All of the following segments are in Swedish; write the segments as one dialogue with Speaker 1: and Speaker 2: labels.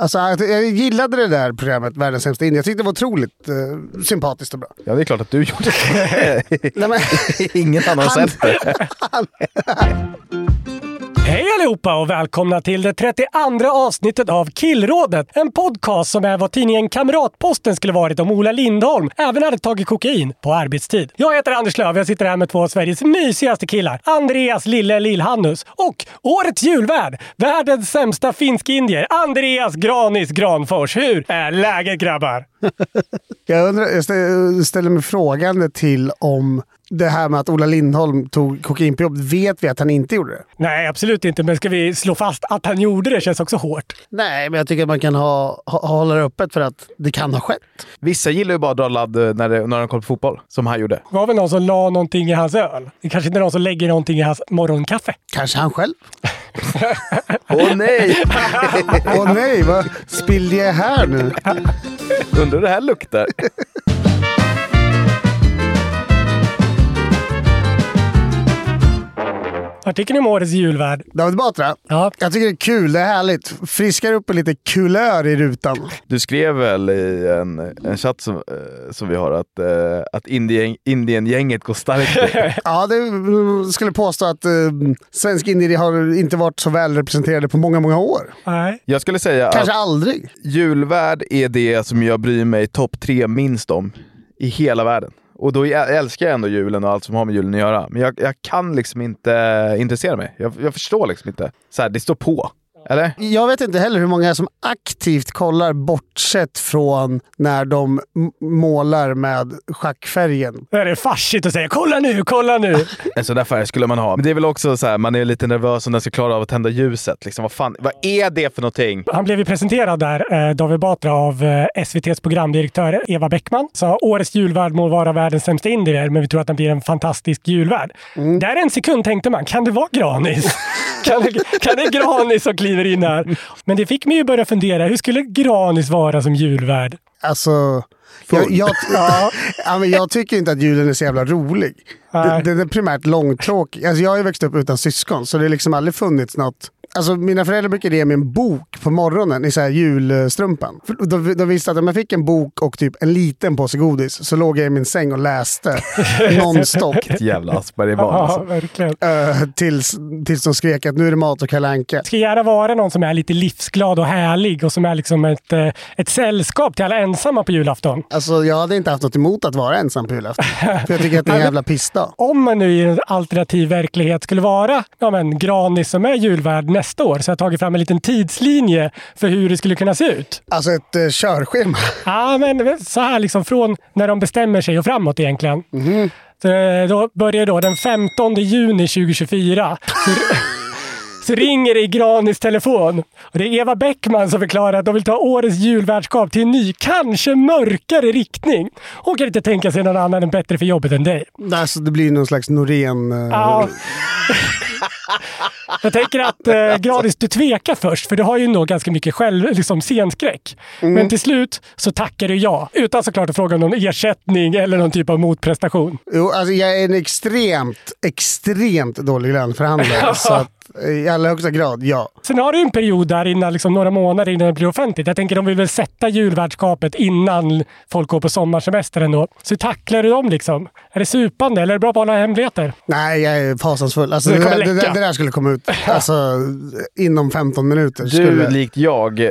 Speaker 1: Alltså, jag gillade det där programmet, Världens sämsta Indien. Jag tyckte det var otroligt eh, sympatiskt och bra.
Speaker 2: Ja, det är klart att du gjorde det.
Speaker 1: Nej, men,
Speaker 2: Ingen annan har
Speaker 1: Han-
Speaker 2: sett det.
Speaker 3: Hej allihopa och välkomna till det 32 avsnittet av Killrådet. En podcast som är vad tidningen Kamratposten skulle varit om Ola Lindholm även hade tagit kokain på arbetstid. Jag heter Anders Löf och jag sitter här med två av Sveriges mysigaste killar. Andreas Lille Lillhannus och årets julvärd, världens sämsta finsk-indier, Andreas Granis Granfors. Hur är läget grabbar?
Speaker 1: jag, undrar, jag stä- ställer mig frågande till om det här med att Ola Lindholm tog kokain på jobbet. Vet vi att han inte gjorde det?
Speaker 3: Nej, absolut inte. Men ska vi slå fast att han gjorde det känns också hårt.
Speaker 1: Nej, men jag tycker att man kan ha, ha, hålla det öppet för att det kan ha skett.
Speaker 2: Vissa gillar ju bara att dra ladd eh, när, det, när de kollar på fotboll, som han gjorde.
Speaker 3: Det var väl någon som la någonting i hans öl. Det kanske inte är någon som lägger någonting i hans morgonkaffe.
Speaker 1: Kanske han själv?
Speaker 2: Åh nej!
Speaker 1: Åh nej, vad spillde jag här nu?
Speaker 2: Undrar hur det här luktar.
Speaker 3: Artikeln om årets julvärd.
Speaker 1: David Batra,
Speaker 3: Ja.
Speaker 1: jag tycker det är kul. Det är härligt. Friskar upp en lite kulör i rutan.
Speaker 2: Du skrev väl i en, en chatt som, eh, som vi har att, eh, att Indien, Indiengänget går starkt nu.
Speaker 1: Ja, det mm, skulle påstå att eh, svensk indier har inte varit så väl representerade på många, många år.
Speaker 3: Nej.
Speaker 2: Jag skulle säga att
Speaker 1: Kanske aldrig.
Speaker 2: julvärd är det som jag bryr mig topp tre minst om i hela världen. Och då jag älskar jag ändå julen och allt som har med julen att göra. Men jag, jag kan liksom inte intressera mig. Jag, jag förstår liksom inte. Så här, det står på. Eller?
Speaker 1: Jag vet inte heller hur många som aktivt kollar bortsett från när de m- målar med schackfärgen.
Speaker 3: Det är farsigt att säga “kolla nu, kolla nu”.
Speaker 2: En sån där färg skulle man ha. Men det är väl också så här, man är lite nervös om den ska klara av att tända ljuset. Liksom, vad fan, vad är det för någonting?
Speaker 3: Han blev ju presenterad där, eh, David Batra, av eh, SVTs programdirektör Eva Bäckman. Sa årets julvärd må vara världens sämsta indier, men vi tror att han blir en fantastisk julvärd. Där en sekund tänkte man, kan det vara Granis? kan, det, kan det Granis som kliver in här? Men det fick mig ju börja fundera, hur skulle Granis vara som julvärd?
Speaker 1: Alltså... Jag, jag, ja, men jag tycker inte att julen är så jävla rolig.
Speaker 3: Nej.
Speaker 1: Den, den är primärt långtråkig. Alltså, jag har ju växt upp utan syskon, så det har liksom aldrig funnits något... Alltså, mina föräldrar brukade ge mig en bok på morgonen i så här julstrumpan. För De, de visste att om jag fick en bok och typ en liten påse godis så låg jag i min säng och läste nonstop.
Speaker 2: Ett jävla Aspergerbarn
Speaker 3: Ja,
Speaker 2: alltså.
Speaker 3: verkligen.
Speaker 1: eh, tills, tills de skrek att nu är det mat och Kalle Anka.
Speaker 3: ska gärna vara någon som är lite livsglad och härlig och som är liksom ett, eh, ett sällskap till alla ensamma på julafton.
Speaker 1: Alltså, jag hade inte haft något emot att vara ensam på julafton. För jag tycker att det är en jävla pissdag.
Speaker 3: Om man nu i en alternativ verklighet skulle vara ja men, Granis som är julvärd nästa år så har jag tagit fram en liten tidslinje för hur det skulle kunna se ut.
Speaker 1: Alltså ett eh, körschema.
Speaker 3: Ja, men så här liksom från när de bestämmer sig och framåt egentligen. Så, eh, då börjar då den 15 juni 2024. Så, så ringer det i Granis telefon. Och det är Eva Bäckman som förklarar att de vill ta årets julvärdskap till en ny, kanske mörkare riktning. Hon kan inte tänka sig någon annan än bättre för jobbet än dig.
Speaker 1: Alltså, det blir någon slags Norén... eh,
Speaker 3: Ja. Jag tänker att eh, Gradis, du tvekar först, för du har ju nog ganska mycket själv, liksom, scenskräck. Men till slut så tackar du ja, utan såklart att fråga om någon ersättning eller någon typ av motprestation.
Speaker 1: Jo, alltså jag är en extremt, extremt dålig lönförhandlare. så att, eh, i allra högsta grad, ja.
Speaker 3: Sen har du ju en period där, innan, liksom, några månader innan det blir offentligt. Jag tänker de vill väl sätta julvärdskapet innan folk går på sommarsemester ändå. Så hur tacklar du dem liksom? Är det supande eller är det bra på att hålla hemligheter?
Speaker 1: Nej, jag är fasansfull. Alltså,
Speaker 3: Det
Speaker 1: det,
Speaker 3: kommer
Speaker 1: där, det,
Speaker 3: läcka.
Speaker 1: där, det där skulle komma ut alltså, inom 15 minuter.
Speaker 2: Du,
Speaker 1: Skulle,
Speaker 2: likt jag, eh,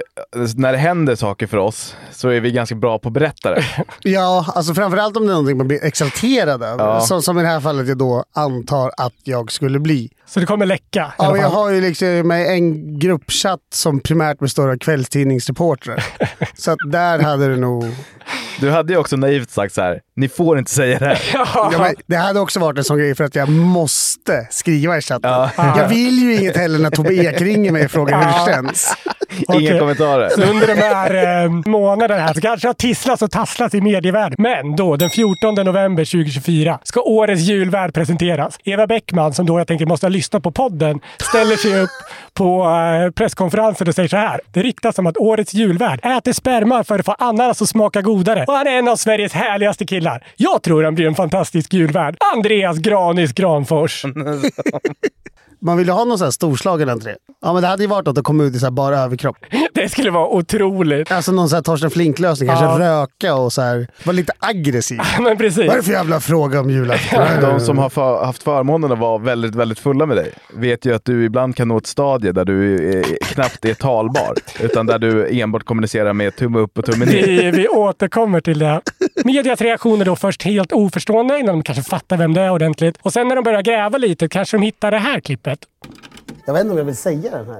Speaker 2: när det händer saker för oss så är vi ganska bra på att berätta det.
Speaker 1: ja, alltså framförallt om det är någonting man blir exalterad över.
Speaker 2: Ja.
Speaker 1: Som, som i det här fallet jag då antar att jag skulle bli.
Speaker 3: Så det kommer läcka. i
Speaker 1: Ja,
Speaker 3: alla
Speaker 1: men jag
Speaker 3: fall.
Speaker 1: har ju liksom med en gruppchatt som primärt består av kvällstidningsreportrar. så att där hade det nog...
Speaker 2: Du hade ju också naivt sagt så här. ni får inte säga det här.
Speaker 1: Ja, men det hade också varit en sån grej för att jag måste skriva i chatten. Jag vill ju inget heller när Tobbe Ek ringer mig och frågar hur det känns.
Speaker 2: Inga
Speaker 3: Okej.
Speaker 2: kommentarer.
Speaker 3: Så under de här eh, månaderna här så kanske jag tisslats och tasslats i medievärlden. Men då, den 14 november 2024, ska årets julvärld presenteras. Eva Bäckman, som då jag tänker måste ha lyssnat på podden, ställer sig upp på eh, presskonferensen och säger så här. Det ryktas om att årets julvärd äter sperma för att få ananas att smaka godare. Och han är en av Sveriges härligaste killar. Jag tror han blir en fantastisk julvärd. Andreas Granis Granfors.
Speaker 1: Mm. Man vill ju ha någon sån här storslagen entré. Ja, men det hade ju varit att det kom ut i så här bara överkropp.
Speaker 3: Det skulle vara otroligt.
Speaker 1: Alltså någon sån här Torsten Flink-lösning. Kanske
Speaker 3: Ja.
Speaker 1: röka och så här, vara lite aggressiv.
Speaker 3: Men precis.
Speaker 1: Vad är det för jävla fråga om julafton?
Speaker 2: De som har för, haft förmånen att vara väldigt, väldigt fulla med dig vet ju att du ibland kan nå ett stadie där du eh, knappt är talbar. Utan där du enbart kommunicerar med tumme upp och tumme ner.
Speaker 3: Vi, vi återkommer till det. Medias reaktioner då först helt oförstående innan de kanske fattar vem det är ordentligt. Och sen när de börjar gräva lite kanske de hittar det här klippet.
Speaker 4: Jag vet inte om jag vill säga den här.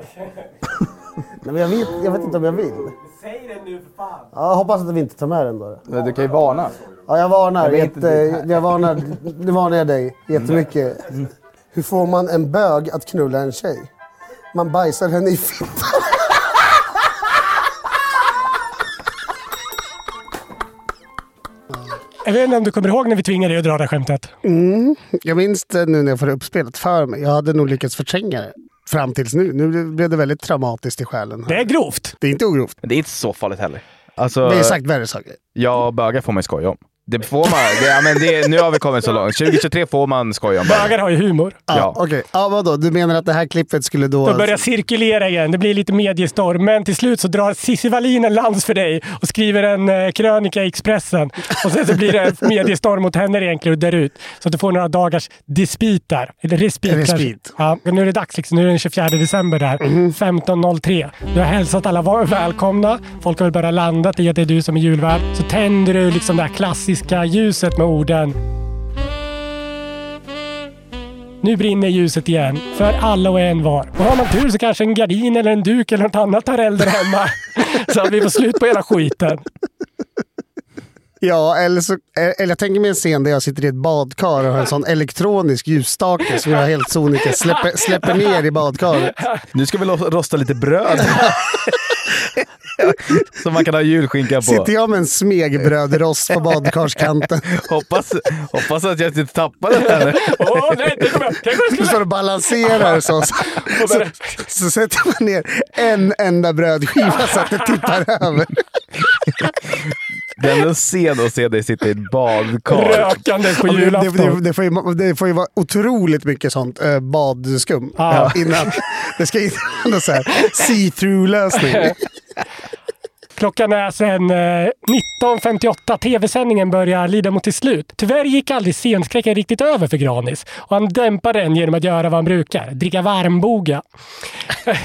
Speaker 4: Nej, men jag, vet, jag vet inte om jag vill. Säg den nu för fan. Ja, jag hoppas att vi inte tar med den då.
Speaker 5: Men Du kan ju varna.
Speaker 4: Ja, jag varnar.
Speaker 5: vet
Speaker 4: jätte,
Speaker 5: inte
Speaker 4: jag, varnar nu varnar jag dig jättemycket. Hur får man en bög att knulla en tjej? Man bajsar henne i fittan.
Speaker 3: Jag vet inte om du kommer ihåg när vi tvingade dig att dra det här skämtet?
Speaker 1: Jag minns det nu när jag får det uppspelat för mig. Jag hade nog lyckats förtränga det fram tills nu. Nu blev det väldigt traumatiskt i själen.
Speaker 3: Det är grovt.
Speaker 1: Det är inte ogrovt.
Speaker 2: Men det är inte så farligt heller. Alltså,
Speaker 1: Det
Speaker 5: Eh,
Speaker 1: är sagt värre saker.
Speaker 2: ja, bögar får man ju skoja om. Det får man. Det, ja, men det, nu har vi kommit så långt. 2023 får man skoja om bögar.
Speaker 3: Bögar har ju humor.
Speaker 1: Ja,
Speaker 2: Ja.
Speaker 1: Okej, ja, vadå? Du menar att det här klippet skulle då...
Speaker 3: De börjar cirkulera igen. Det blir lite mediestorm. Men till slut så drar Cissi Wallin en lans för dig och skriver en eh, krönika i Expressen. Och sen så blir det mediestorm mot henne egentligen och där ut. Så att du får några dagars dispit där. Eller respit. kanske.
Speaker 1: Respit.
Speaker 3: Ja, och nu är det dags. Liksom. Nu är det den 24 december där.
Speaker 1: Mhm.
Speaker 3: 15.03. Du har hälsat alla var- välkomna. Folk har väl börjat landa i att det är du som är julvärd. Så tänder du liksom det här klassiska ljuset med orden nu brinner ljuset igen, för alla och en var. Och har man tur så kanske en gardin eller en duk eller något annat tar eld där hemma. Så att vi får slut på hela skiten.
Speaker 1: Ja, eller, så, eh, eller jag tänker mig en scen där jag sitter i ett badkar och har en sån elektronisk ljusstake som jag helt sonika släpper, släpper ner i badkaret.
Speaker 2: Nu ska vi lo- rosta lite bröd. Som man kan ha julskinka på.
Speaker 1: Sitter jag med en smegbrödrost på badkarskanten
Speaker 2: Hoppas, hoppas att jag inte tappar det här nu.
Speaker 3: Åh nej, det kommer jag. Tänk om
Speaker 1: och
Speaker 3: jag
Speaker 1: står
Speaker 3: skulle...
Speaker 1: och balanserar så, så, så, så sätter man ner en enda brödskiva så att det tippar över.
Speaker 2: Den är sen att se dig sitta i ett badkar.
Speaker 3: Rökandes på
Speaker 1: Ja, men Det, det,
Speaker 3: julafton.
Speaker 1: det, får ju, det får ju vara otroligt mycket sånt eh, badskum
Speaker 3: Ja.
Speaker 1: innan. Det ska inte vara någon så här see-through-lösning.
Speaker 3: Klockan är sen eh, 19.58. Tv-sändningen börjar lida mot sitt slut. Tyvärr gick aldrig scenskräcken riktigt över för Granis och han dämpar den genom att göra vad han brukar, dricka varmboga.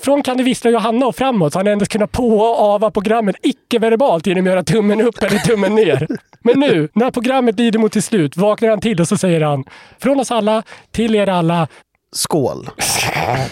Speaker 3: Från Kan du vissla Johanna och framåt så har han endast kunnat på och ava programmet icke-verbalt genom att göra tummen upp eller tummen ner. Men nu, när programmet lider mot sitt slut, vaknar han till och så säger han Från oss alla, till er alla.
Speaker 1: Skål.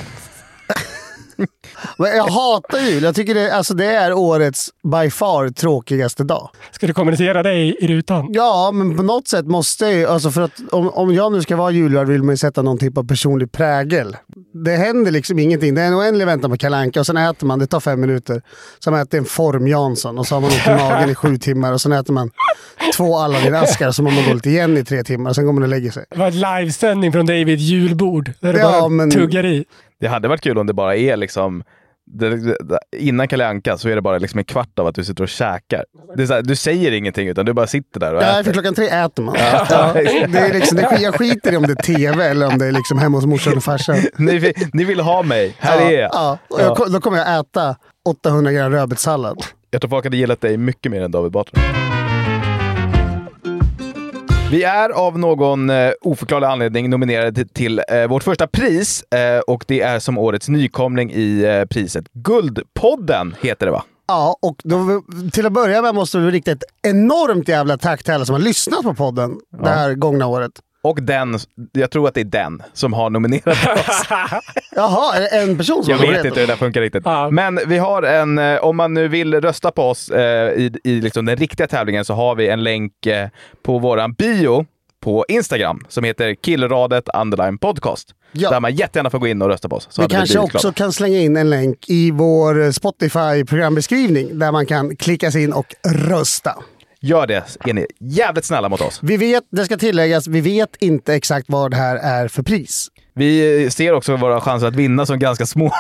Speaker 1: Men jag hatar jul. Jag tycker det, alltså det är årets by far tråkigaste dag.
Speaker 3: Ska du kommunicera dig i rutan?
Speaker 1: Ja, men på något sätt måste jag ju... Alltså för att om, om jag nu ska vara julvärd vill man ju sätta någon typ av personlig prägel. Det händer liksom ingenting. Det är en oändlig väntan på Kalle Anka och sen äter man. Det tar fem minuter. Sen äter man en form Jansson och så har man ont i magen i sju timmar och sen äter man två Aladdin-askar och så mår man dåligt igen i tre timmar. Sen går man och lägger sig.
Speaker 3: Det var en livesändning från David julbord där du
Speaker 1: Ja,
Speaker 3: bara
Speaker 1: men-
Speaker 3: tuggar i.
Speaker 2: Det hade varit kul om det bara är liksom det, det, innan Kalle Anka så är det bara liksom en kvart av att du sitter och käkar. Det är så här, du säger ingenting utan du bara sitter där och
Speaker 1: Nej, för
Speaker 2: äter.
Speaker 1: klockan tre äter man. Ja. Det är liksom, det, sk- jag skiter i om det är tv eller om det är liksom hemma hos morsan och farsan.
Speaker 2: Ni, vill- ni vill ha mig, här
Speaker 1: ja,
Speaker 2: är jag.
Speaker 1: Ja. Och jag, ko- då kommer jag äta 800 gram rödbetssallad.
Speaker 2: Jag tror folk hade gillat dig mycket mer än David Batra. Vi är av någon eh, oförklarlig anledning nominerade till eh, vårt första pris eh, och det är som årets nykomling i eh, priset Guldpodden heter det va?
Speaker 1: Ja, och då, till att börja med måste vi rikta ett enormt jävla tack till alla som har lyssnat på podden det här gångna året.
Speaker 2: Och den, jag tror att det är den, som har nominerat oss.
Speaker 1: Jaha, är det en person som
Speaker 2: Jag
Speaker 1: har
Speaker 2: vet
Speaker 1: rätt?
Speaker 2: inte hur det där funkar riktigt.
Speaker 3: Ja.
Speaker 2: Men vi har en, eh, om man nu vill rösta på oss eh, i, i liksom den riktiga tävlingen så har vi en länk eh, på våran bio på Instagram som heter killradet underline podcast.
Speaker 1: Ja.
Speaker 2: Där man jättegärna får gå in och rösta på oss. Så
Speaker 1: Vi
Speaker 2: hade vi
Speaker 1: kanske
Speaker 2: blivit
Speaker 1: också
Speaker 2: glada.
Speaker 1: kan slänga in en länk i vår eh, Spotify-programbeskrivning där man kan klicka sig in och rösta.
Speaker 2: Gör det, är ni jävligt snälla mot oss.
Speaker 1: Vi vet, det ska tilläggas, vi vet inte exakt vad det här är för pris.
Speaker 2: Vi eh, ser också våra chanser att vinna som ganska små.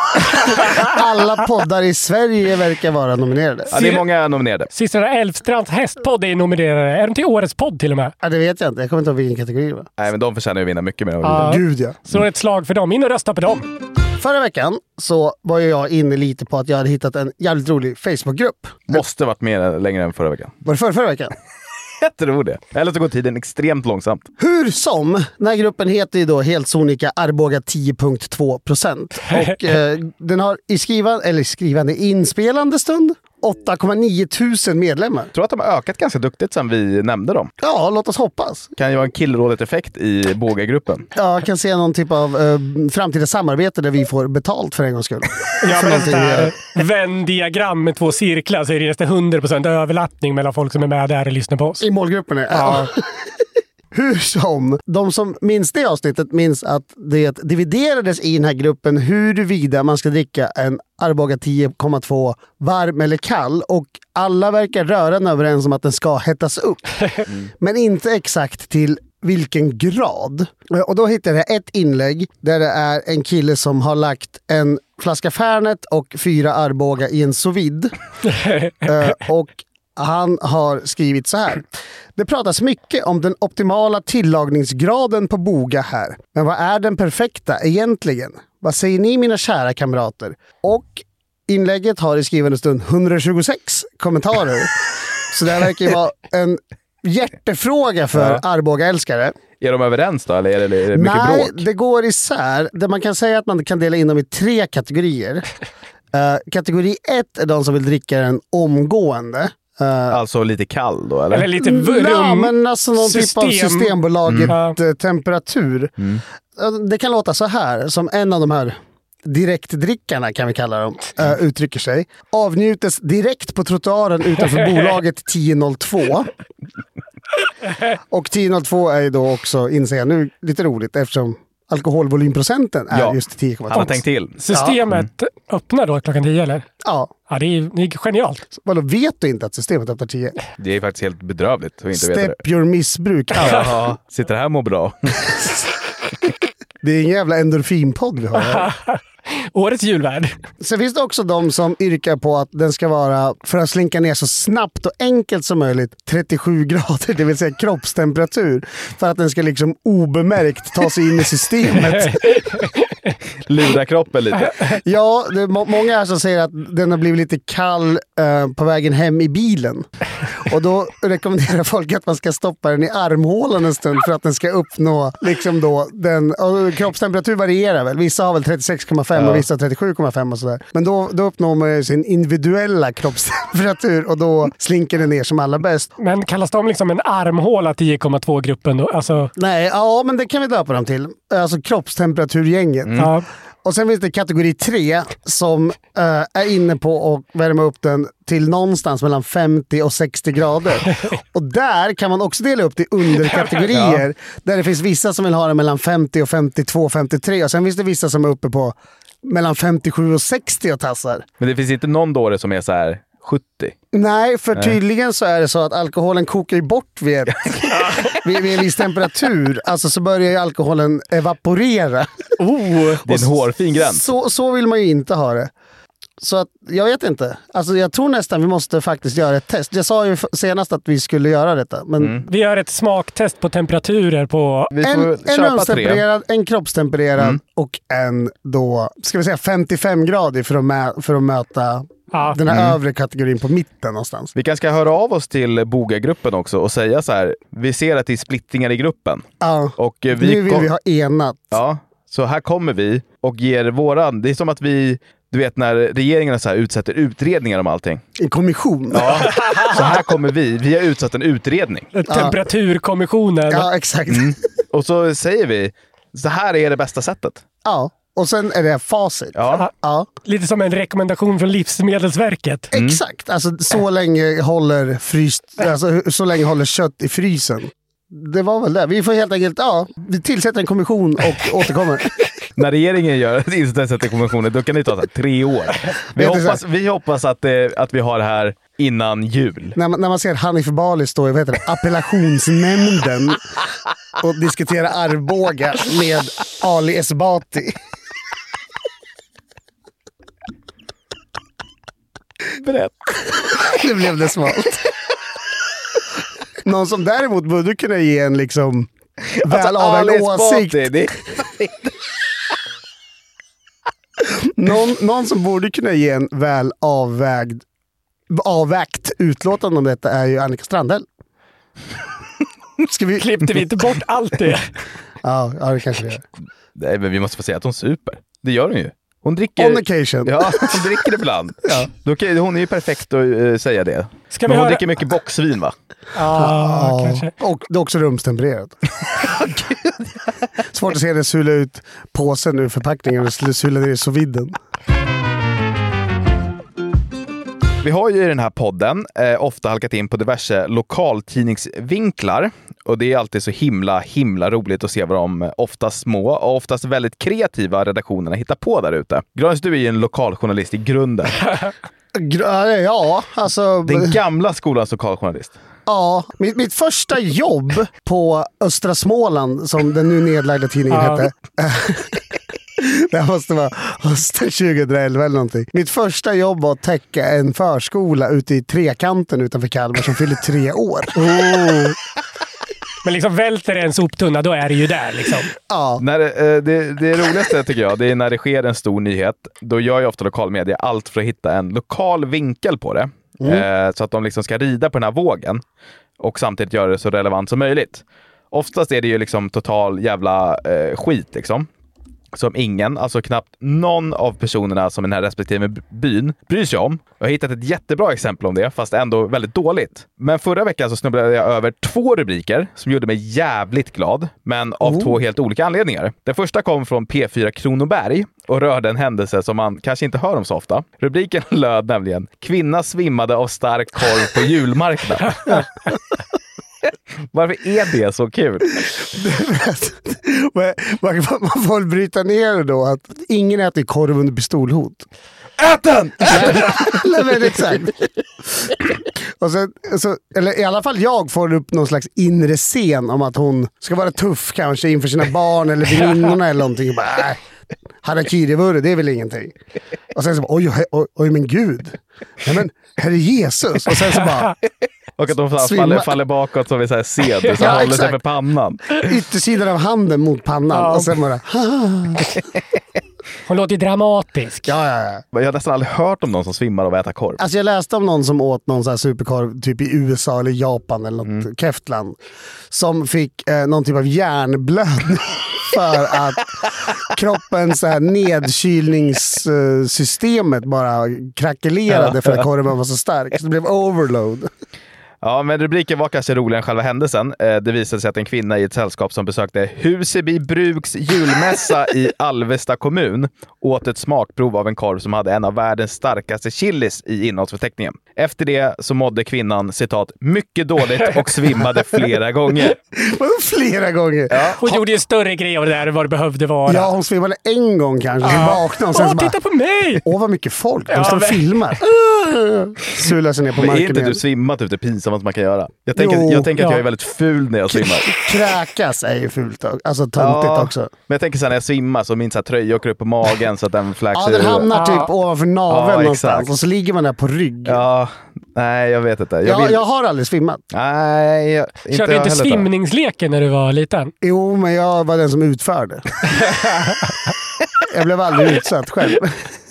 Speaker 1: Alla poddar i Sverige verkar vara nominerade.
Speaker 2: Ja, det är många nominerade.
Speaker 3: Sissela Elfstrands hästpodd är nominerade. Är de till årets podd till och med?
Speaker 1: Ja, det vet jag inte. Jag kommer inte ihåg vilken kategori det var.
Speaker 2: Nej, men de förtjänar ju att vinna mycket mer. än vad vi
Speaker 3: Ja.
Speaker 1: Gud ja.
Speaker 3: Slår ett slag för dem. In och rösta på dem.
Speaker 1: Förra veckan så var ju jag inne lite på att jag hade hittat en jävligt rolig Facebookgrupp.
Speaker 2: vinner. Måste varit med längre än förra veckan.
Speaker 1: Var det förra, förra veckan?
Speaker 2: Jag tror det. Eller så går tiden extremt långsamt.
Speaker 1: Hur som, den här gruppen heter ju då Helt sonika Arboga 10.2 och eh, den har i skrivan, eller i skrivande, i inspelande stund 8,9 tusen medlemmar.
Speaker 2: tror att de har ökat ganska duktigt sen vi nämnde dem.
Speaker 1: Ja, låt oss hoppas.
Speaker 2: Kan ju vara en killrådet-effekt i Bågagruppen.
Speaker 1: Ja, Jag kan se någon typ av eh, framtida samarbete där vi får betalt för en gångs skull.
Speaker 3: Ja,
Speaker 1: för
Speaker 3: men
Speaker 1: någonting
Speaker 3: sånt
Speaker 1: vi
Speaker 3: här
Speaker 1: gör.
Speaker 3: Venn-diagram eh, med två cirklar så är det nästan 100% överlappning mellan folk som är med där och lyssnar på oss.
Speaker 1: I målgruppen? är- Ja. Hur som, de som minns det avsnittet minns att det dividerades i den här gruppen huruvida man ska dricka en Arboga 10,2 varm eller kall och alla verkar rörande överens om att den ska hettas upp. Men inte exakt till vilken grad. Och då hittade jag ett inlägg där det är en kille som har lagt en flaska Fernet och fyra Arboga i en sous vide. Eh, och han har skrivit så här. Det pratas mycket om den optimala tillagningsgraden på Boga här. Men vad är den perfekta egentligen? Vad säger ni mina kära kamrater? Och inlägget har i skrivande stund 126 kommentarer. Så det här verkar ju vara en hjärtefråga för
Speaker 2: Ja.
Speaker 1: Arboga-älskare.
Speaker 2: Är de överens då, eller är det, är det mycket
Speaker 1: Nej,
Speaker 2: bråk?
Speaker 1: det går isär. Det man kan säga att man kan dela in dem i tre kategorier. Eh, kategori ett är de som vill dricka den omgående. Eh,
Speaker 2: Alltså lite kall då, eller?
Speaker 3: Eller lite v-
Speaker 1: Mm, Ja,
Speaker 3: rum.
Speaker 1: men alltså någon typ av
Speaker 3: system.
Speaker 1: Systembolaget-temperatur.
Speaker 2: Mm.
Speaker 1: Alltså, Det kan låta så här, som en av de här direktdrickarna kan vi kalla dem, eh,
Speaker 2: Mm.
Speaker 1: uttrycker sig. Avnjutes direkt på trottoaren utanför bolaget 1002. Och 1002 är ju då också, inser jag nu, lite roligt eftersom alkoholvolymprocenten är
Speaker 2: Ja.
Speaker 1: just
Speaker 2: Han har
Speaker 1: 10,2.
Speaker 2: tänkt till.
Speaker 3: Systemet öppnar då klockan 10 eller?
Speaker 1: Ja,
Speaker 3: Ja, det är, det är genialt.
Speaker 1: vadå, vet du inte att systemet öppnar 10?
Speaker 2: Det är faktiskt helt bedrövligt att inte veta det.
Speaker 1: Step your missbruk out.
Speaker 2: Ja, sitter här och mår bra.
Speaker 1: Det är en jävla endorfinpodd vi har här.
Speaker 3: Årets julvärd.
Speaker 1: Sen finns det också de som yrkar på att den ska vara, för att slinka ner så snabbt och enkelt som möjligt, 37 grader, det vill säga kroppstemperatur. För att den ska liksom obemärkt ta sig in i systemet.
Speaker 2: Lura kroppen lite.
Speaker 1: Ja, det är må- många här som säger att den har blivit lite kall eh, på vägen hem i bilen. Och då rekommenderar folk att man ska stoppa den i armhålan en stund för att den ska uppnå liksom då den... och Kroppstemperatur varierar väl. Vissa har väl 36,5 och vissa 37,5 och sådär. Men då, då uppnår man ju sin individuella kroppstemperatur och då slinker den ner som allra bäst.
Speaker 3: Men kallas de liksom en armhåla 10,2-gruppen då? Alltså,
Speaker 1: Nej, ja men det kan vi döpa dem till. Alltså kroppstemperaturgänget.
Speaker 3: ja.
Speaker 1: Och sen finns det kategori 3 som eh, är inne på att värma upp den till någonstans mellan 50 och 60 grader. Och där kan man också dela upp det i underkategorier. Där det finns vissa som vill ha den mellan 50 och 52, 53. Och sen finns det vissa som är uppe på mellan 57 och 60 och tassar.
Speaker 2: Men det finns inte någon dåre som är så här 70.
Speaker 1: Nej, för tydligen så är det så att alkoholen kokar ju bort vid, ett, vid, vid en viss temperatur. Alltså så börjar ju alkoholen evaporera.
Speaker 3: Oh,
Speaker 2: Det är en hårfin gräns.
Speaker 1: Så, så vill man ju inte ha det. Så att, jag vet inte. Alltså, jag tror nästan vi måste faktiskt göra ett test. Jag sa ju f- senast att vi skulle göra detta. Men
Speaker 3: vi gör ett smaktest på temperaturer på...
Speaker 2: Mm. Vi
Speaker 1: En,
Speaker 2: får väl
Speaker 1: en
Speaker 2: köpa tre. Mm.
Speaker 1: rumstempererad, en kroppstempererad och en då, ska vi säga 55-gradig för, att mä- för att möta
Speaker 3: Ja.
Speaker 1: den här
Speaker 2: Mm.
Speaker 1: övre kategorin på mitten någonstans.
Speaker 2: Vi kanske ska höra av oss till Bogagruppen också och säga så här. Vi ser att det är splittringar i gruppen.
Speaker 1: Ja.
Speaker 2: Och eh, vi
Speaker 1: nu vill
Speaker 2: kom-
Speaker 1: vi ha enat.
Speaker 2: Ja, så här kommer vi och ger våran. Det är som att vi, du vet när regeringen så här utsätter utredningar om allting.
Speaker 1: En kommission. Ja,
Speaker 2: Så här kommer vi, vi har utsatt en utredning.
Speaker 3: Temperaturkommissionen.
Speaker 1: exakt.
Speaker 2: Mm. Och så säger vi, så här är det bästa sättet.
Speaker 1: Ja, och sen är det facit.
Speaker 2: Ja.
Speaker 1: Ja,
Speaker 3: Lite som en rekommendation från Livsmedelsverket.
Speaker 1: exakt. Alltså, så länge håller fryst, alltså, hur- så länge håller kött i frysen. Det var väl det. Vi får helt enkelt, ja, vi tillsätter en kommission och återkommer.
Speaker 2: När regeringen gör inställningskonventionen, då kan det ta så här, tre år. Vi
Speaker 1: Vet du så här-
Speaker 2: hoppas, vi hoppas att, det, att vi har det här innan jul.
Speaker 1: när, man, när man ser Hanif Bali stå i vad heter det, appellationsnämnden och diskutera Arboga med Ali Esbati.
Speaker 2: Berätta.
Speaker 1: Nu blev det smalt. Någon som däremot borde kunna ge en liksom väl avvägd
Speaker 2: Ali
Speaker 1: åsikt.
Speaker 2: Esbati, Alltså, det-
Speaker 1: Någon, någon som borde kunna ge en väl avvägd avvägt utlåtande om detta är ju Annika Strandhäll. Ska vi...
Speaker 3: Klippte vi inte bort allt det?
Speaker 1: Ja, ja, det kanske det är.
Speaker 2: Nej, men vi måste få säga att hon super. Det gör hon ju. Hon dricker...
Speaker 1: On occasion.
Speaker 2: Ja, hon dricker ibland. ja. då kan, hon är ju perfekt att eh, säga det.
Speaker 3: Ska vi
Speaker 2: men hon
Speaker 3: höra-
Speaker 2: dricker mycket boxvin va?
Speaker 3: Ja, Ah, kanske.
Speaker 1: Ja, och det är också rumstempererat. Svårt att se henne sula ut påsen ur förpackningen och sl- sula ner i sous viden.
Speaker 2: Vi har ju i den här podden eh, ofta halkat in på diverse lokaltidningsvinklar. Och det är alltid så himla, himla roligt att se vad de eh, oftast små och oftast väldigt kreativa redaktionerna hittar på där ute. Granqvist, du är ju en lokaljournalist i grunden.
Speaker 1: Gr- Ja, alltså...
Speaker 2: Den gamla skolans lokaljournalist.
Speaker 1: Ja, mitt, mitt första jobb på Östra Småland, som den nu nedlagda tidningen
Speaker 3: Ja.
Speaker 1: hette. Det här måste vara hösten 2011 eller någonting. Mitt första jobb var att täcka en förskola ute i Trekanten utanför Kalmar som fyllde tre år.
Speaker 3: Men liksom välter det en soptunna, då är det ju där liksom.
Speaker 1: Ja,
Speaker 2: När, eh, det, det roligaste tycker jag, det är när det sker en stor nyhet. Då gör ju ofta lokalmedia allt för att hitta en lokal vinkel på det. Eh, så att de liksom ska rida på den här vågen och samtidigt göra det så relevant som möjligt. Oftast är det ju liksom total jävla eh, skit liksom. Som ingen, alltså knappt någon av personerna som den här respektive byn bryr sig om. Jag har hittat ett jättebra exempel om det, fast ändå väldigt dåligt. Men förra veckan så snubblade jag över två rubriker som gjorde mig jävligt glad, men av två helt olika anledningar. Den första kom från P4 Kronoberg och rörde en händelse som man kanske inte hör om så ofta. Rubriken löd nämligen “Kvinna svimmade av stark korv på julmarknad”. Varför är det så kul?
Speaker 1: Men man, man- man får väl bryta ner det då att ingen äter korv under pistolhot.
Speaker 2: Ät den!
Speaker 1: Nej men exakt. Och sen, så, eller i alla fall jag får upp någon slags inre scen om att hon ska vara tuff kanske inför sina barn eller väninnorna eller någonting. Och bara, nej, harakiri det är väl ingenting. Och sen så bara, oj, oj, oj, oj men gud. Nej men, herre Jesus. Och sen så bara,
Speaker 2: Och att de så här
Speaker 1: Svimma.
Speaker 2: faller, faller bakåt som en sån här sed, så
Speaker 1: Ja,
Speaker 2: håller sig
Speaker 1: exakt.
Speaker 2: för pannan.
Speaker 1: yttersidan av handen mot pannan. Och sen bara,
Speaker 3: Hon låter ju dramatisk.
Speaker 1: ja ja ja.
Speaker 2: Jag har nästan aldrig hört om någon som svimmar av att äta korv.
Speaker 1: Alltså jag läste om någon som åt någon så här superkorv typ i USA eller Japan eller något käft land. Som fick eh, någon typ av hjärnblödning för att kroppens så här nedkylningssystemet bara krackelerade för att korven var så stark. Så det blev overload.
Speaker 2: Ja, men rubriken var kanske roligare än själva händelsen. Eh, Det visade sig att en kvinna i ett sällskap som besökte Huseby Bruks julmässa i Alvesta kommun åt ett smakprov av en korv som hade en av världens starkaste chilis i innehållsförteckningen. Efter det så mådde kvinnan citat “mycket dåligt” och svimmade flera gånger.
Speaker 1: Vadå Flera gånger. Ja.
Speaker 3: Hon gjorde ju en större grej av det där än vad det behövde vara.
Speaker 1: hon svimmade en gång kanske. Sen vaknade hon sen
Speaker 3: Åh,
Speaker 1: så bara,
Speaker 3: titta på mig!
Speaker 1: åh vad mycket folk. De
Speaker 3: Ja,
Speaker 1: står och
Speaker 3: men-
Speaker 1: filmar. Sular sig ner på
Speaker 2: Men är
Speaker 1: marken
Speaker 2: inte
Speaker 1: igen.
Speaker 2: du svimmat typ det pinsammaste man kan göra? Jag tänker,
Speaker 1: Jo,
Speaker 2: jag tänker att
Speaker 3: ja.
Speaker 2: jag är väldigt ful när jag svimmar.
Speaker 1: Kräkas är ju fult. och- Alltså töntigt också.
Speaker 2: Men jag tänker så här, när jag svimmar så min så här, tröja åker upp på magen så att den
Speaker 1: Ja,
Speaker 2: flaxar
Speaker 1: den
Speaker 2: ur.
Speaker 1: hamnar typ ovanför naveln
Speaker 2: Ja,
Speaker 1: någonstans
Speaker 2: exakt.
Speaker 1: och så ligger man där på rygg.
Speaker 2: Ja, nej jag vet inte. Jag
Speaker 1: jag,
Speaker 2: vill...
Speaker 1: jag har aldrig svimmat.
Speaker 2: Nej, jag... inte
Speaker 3: Körde du
Speaker 2: jag
Speaker 3: inte
Speaker 2: heller, tror jag.
Speaker 3: svimningsleken när du var liten?
Speaker 1: Jo, men jag var den som utförde. jag blev aldrig utsatt själv.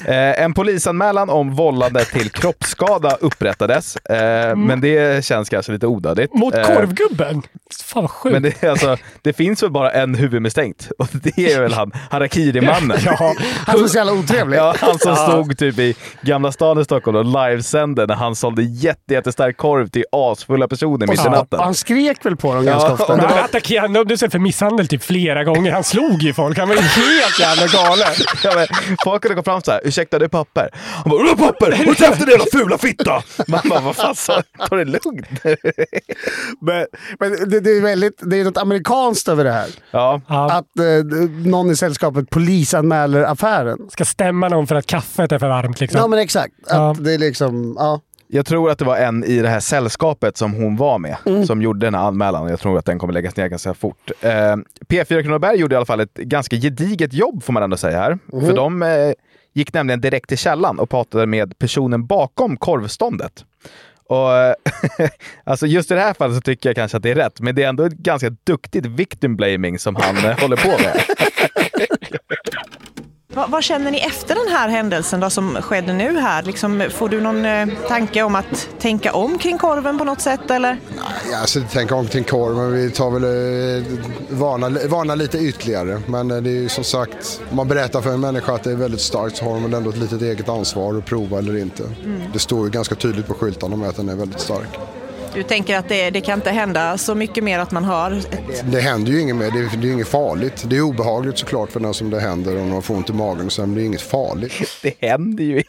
Speaker 2: Eh, en polisanmälan om vållande till kroppsskada upprättades, eh, men det känns kanske lite onödigt.
Speaker 3: Mm. Mot
Speaker 2: Eh,
Speaker 3: korvgubben? Fan vad sjukt.
Speaker 2: Men det, är alltså, det finns väl bara en huvudmisstänkt och det är väl han, Harakiri-mannen.
Speaker 3: Ja,
Speaker 1: Han som är så jävla otrevlig.
Speaker 2: Ja, han som stod typ i Gamla stan i Stockholm och livesände när han sålde jätte, jättestark korv till asfulla personer mitt i
Speaker 1: Ja,
Speaker 2: natten.
Speaker 1: han skrek väl på dem ganska
Speaker 2: Ja.
Speaker 1: ofta.
Speaker 3: Men han attackerade, han dömdes för misshandel typ flera gånger. Han slog ju folk. Han var ju helt jävla galen.
Speaker 2: Ja, men, folk kunde gå fram såhär, ursäkta det är papper. Han bara, vadå papper? Håll käften din jävla fula fitta! Man bara, vad fan, sa- ta det lugnt.
Speaker 1: Men, men det, det, är väldigt, det är något amerikanskt över det här.
Speaker 2: Ja,
Speaker 3: Ja,
Speaker 1: Att eh, någon i sällskapet polisanmäler affären.
Speaker 3: ska stämma någon för att kaffet är för varmt liksom.
Speaker 1: Ja men exakt. Att
Speaker 3: Ja.
Speaker 1: det är liksom, ja.
Speaker 2: jag tror att det var en i det här sällskapet som hon var med som gjorde den här anmälan. Jag tror att den kommer läggas ner ganska fort. Eh, P4 Kronoberg gjorde i alla fall ett ganska gediget jobb får man ändå säga här. För de eh, gick nämligen direkt till källan och pratade med personen bakom korvståndet. Och, eh, alltså just i det här fallet så tycker jag kanske att det är rätt, men det är ändå ett ganska duktigt victim blaming som han eh, håller på med.
Speaker 5: Vad, vad känner ni efter den här händelsen då, som skedde nu här? Liksom, får du någon eh, tanke om att tänka om kring korven på något sätt eller?
Speaker 6: Ja, alltså, tänk om till korv, men vi tar väl eh, varna, varna lite ytterligare. Men eh, det är ju som sagt, om man berättar för en människa att det är väldigt starkt så har man ändå ett litet eget ansvar att prova eller inte. Det står ju ganska tydligt på skyltarna med att den är väldigt stark.
Speaker 5: Du tänker att det, det kan inte hända så mycket mer att man har ett...
Speaker 6: Det händer ju inget mer, det är, det är inget farligt. Det är obehagligt såklart för den som det händer om man får ont i magen så men det är inget farligt.
Speaker 2: Det händer ju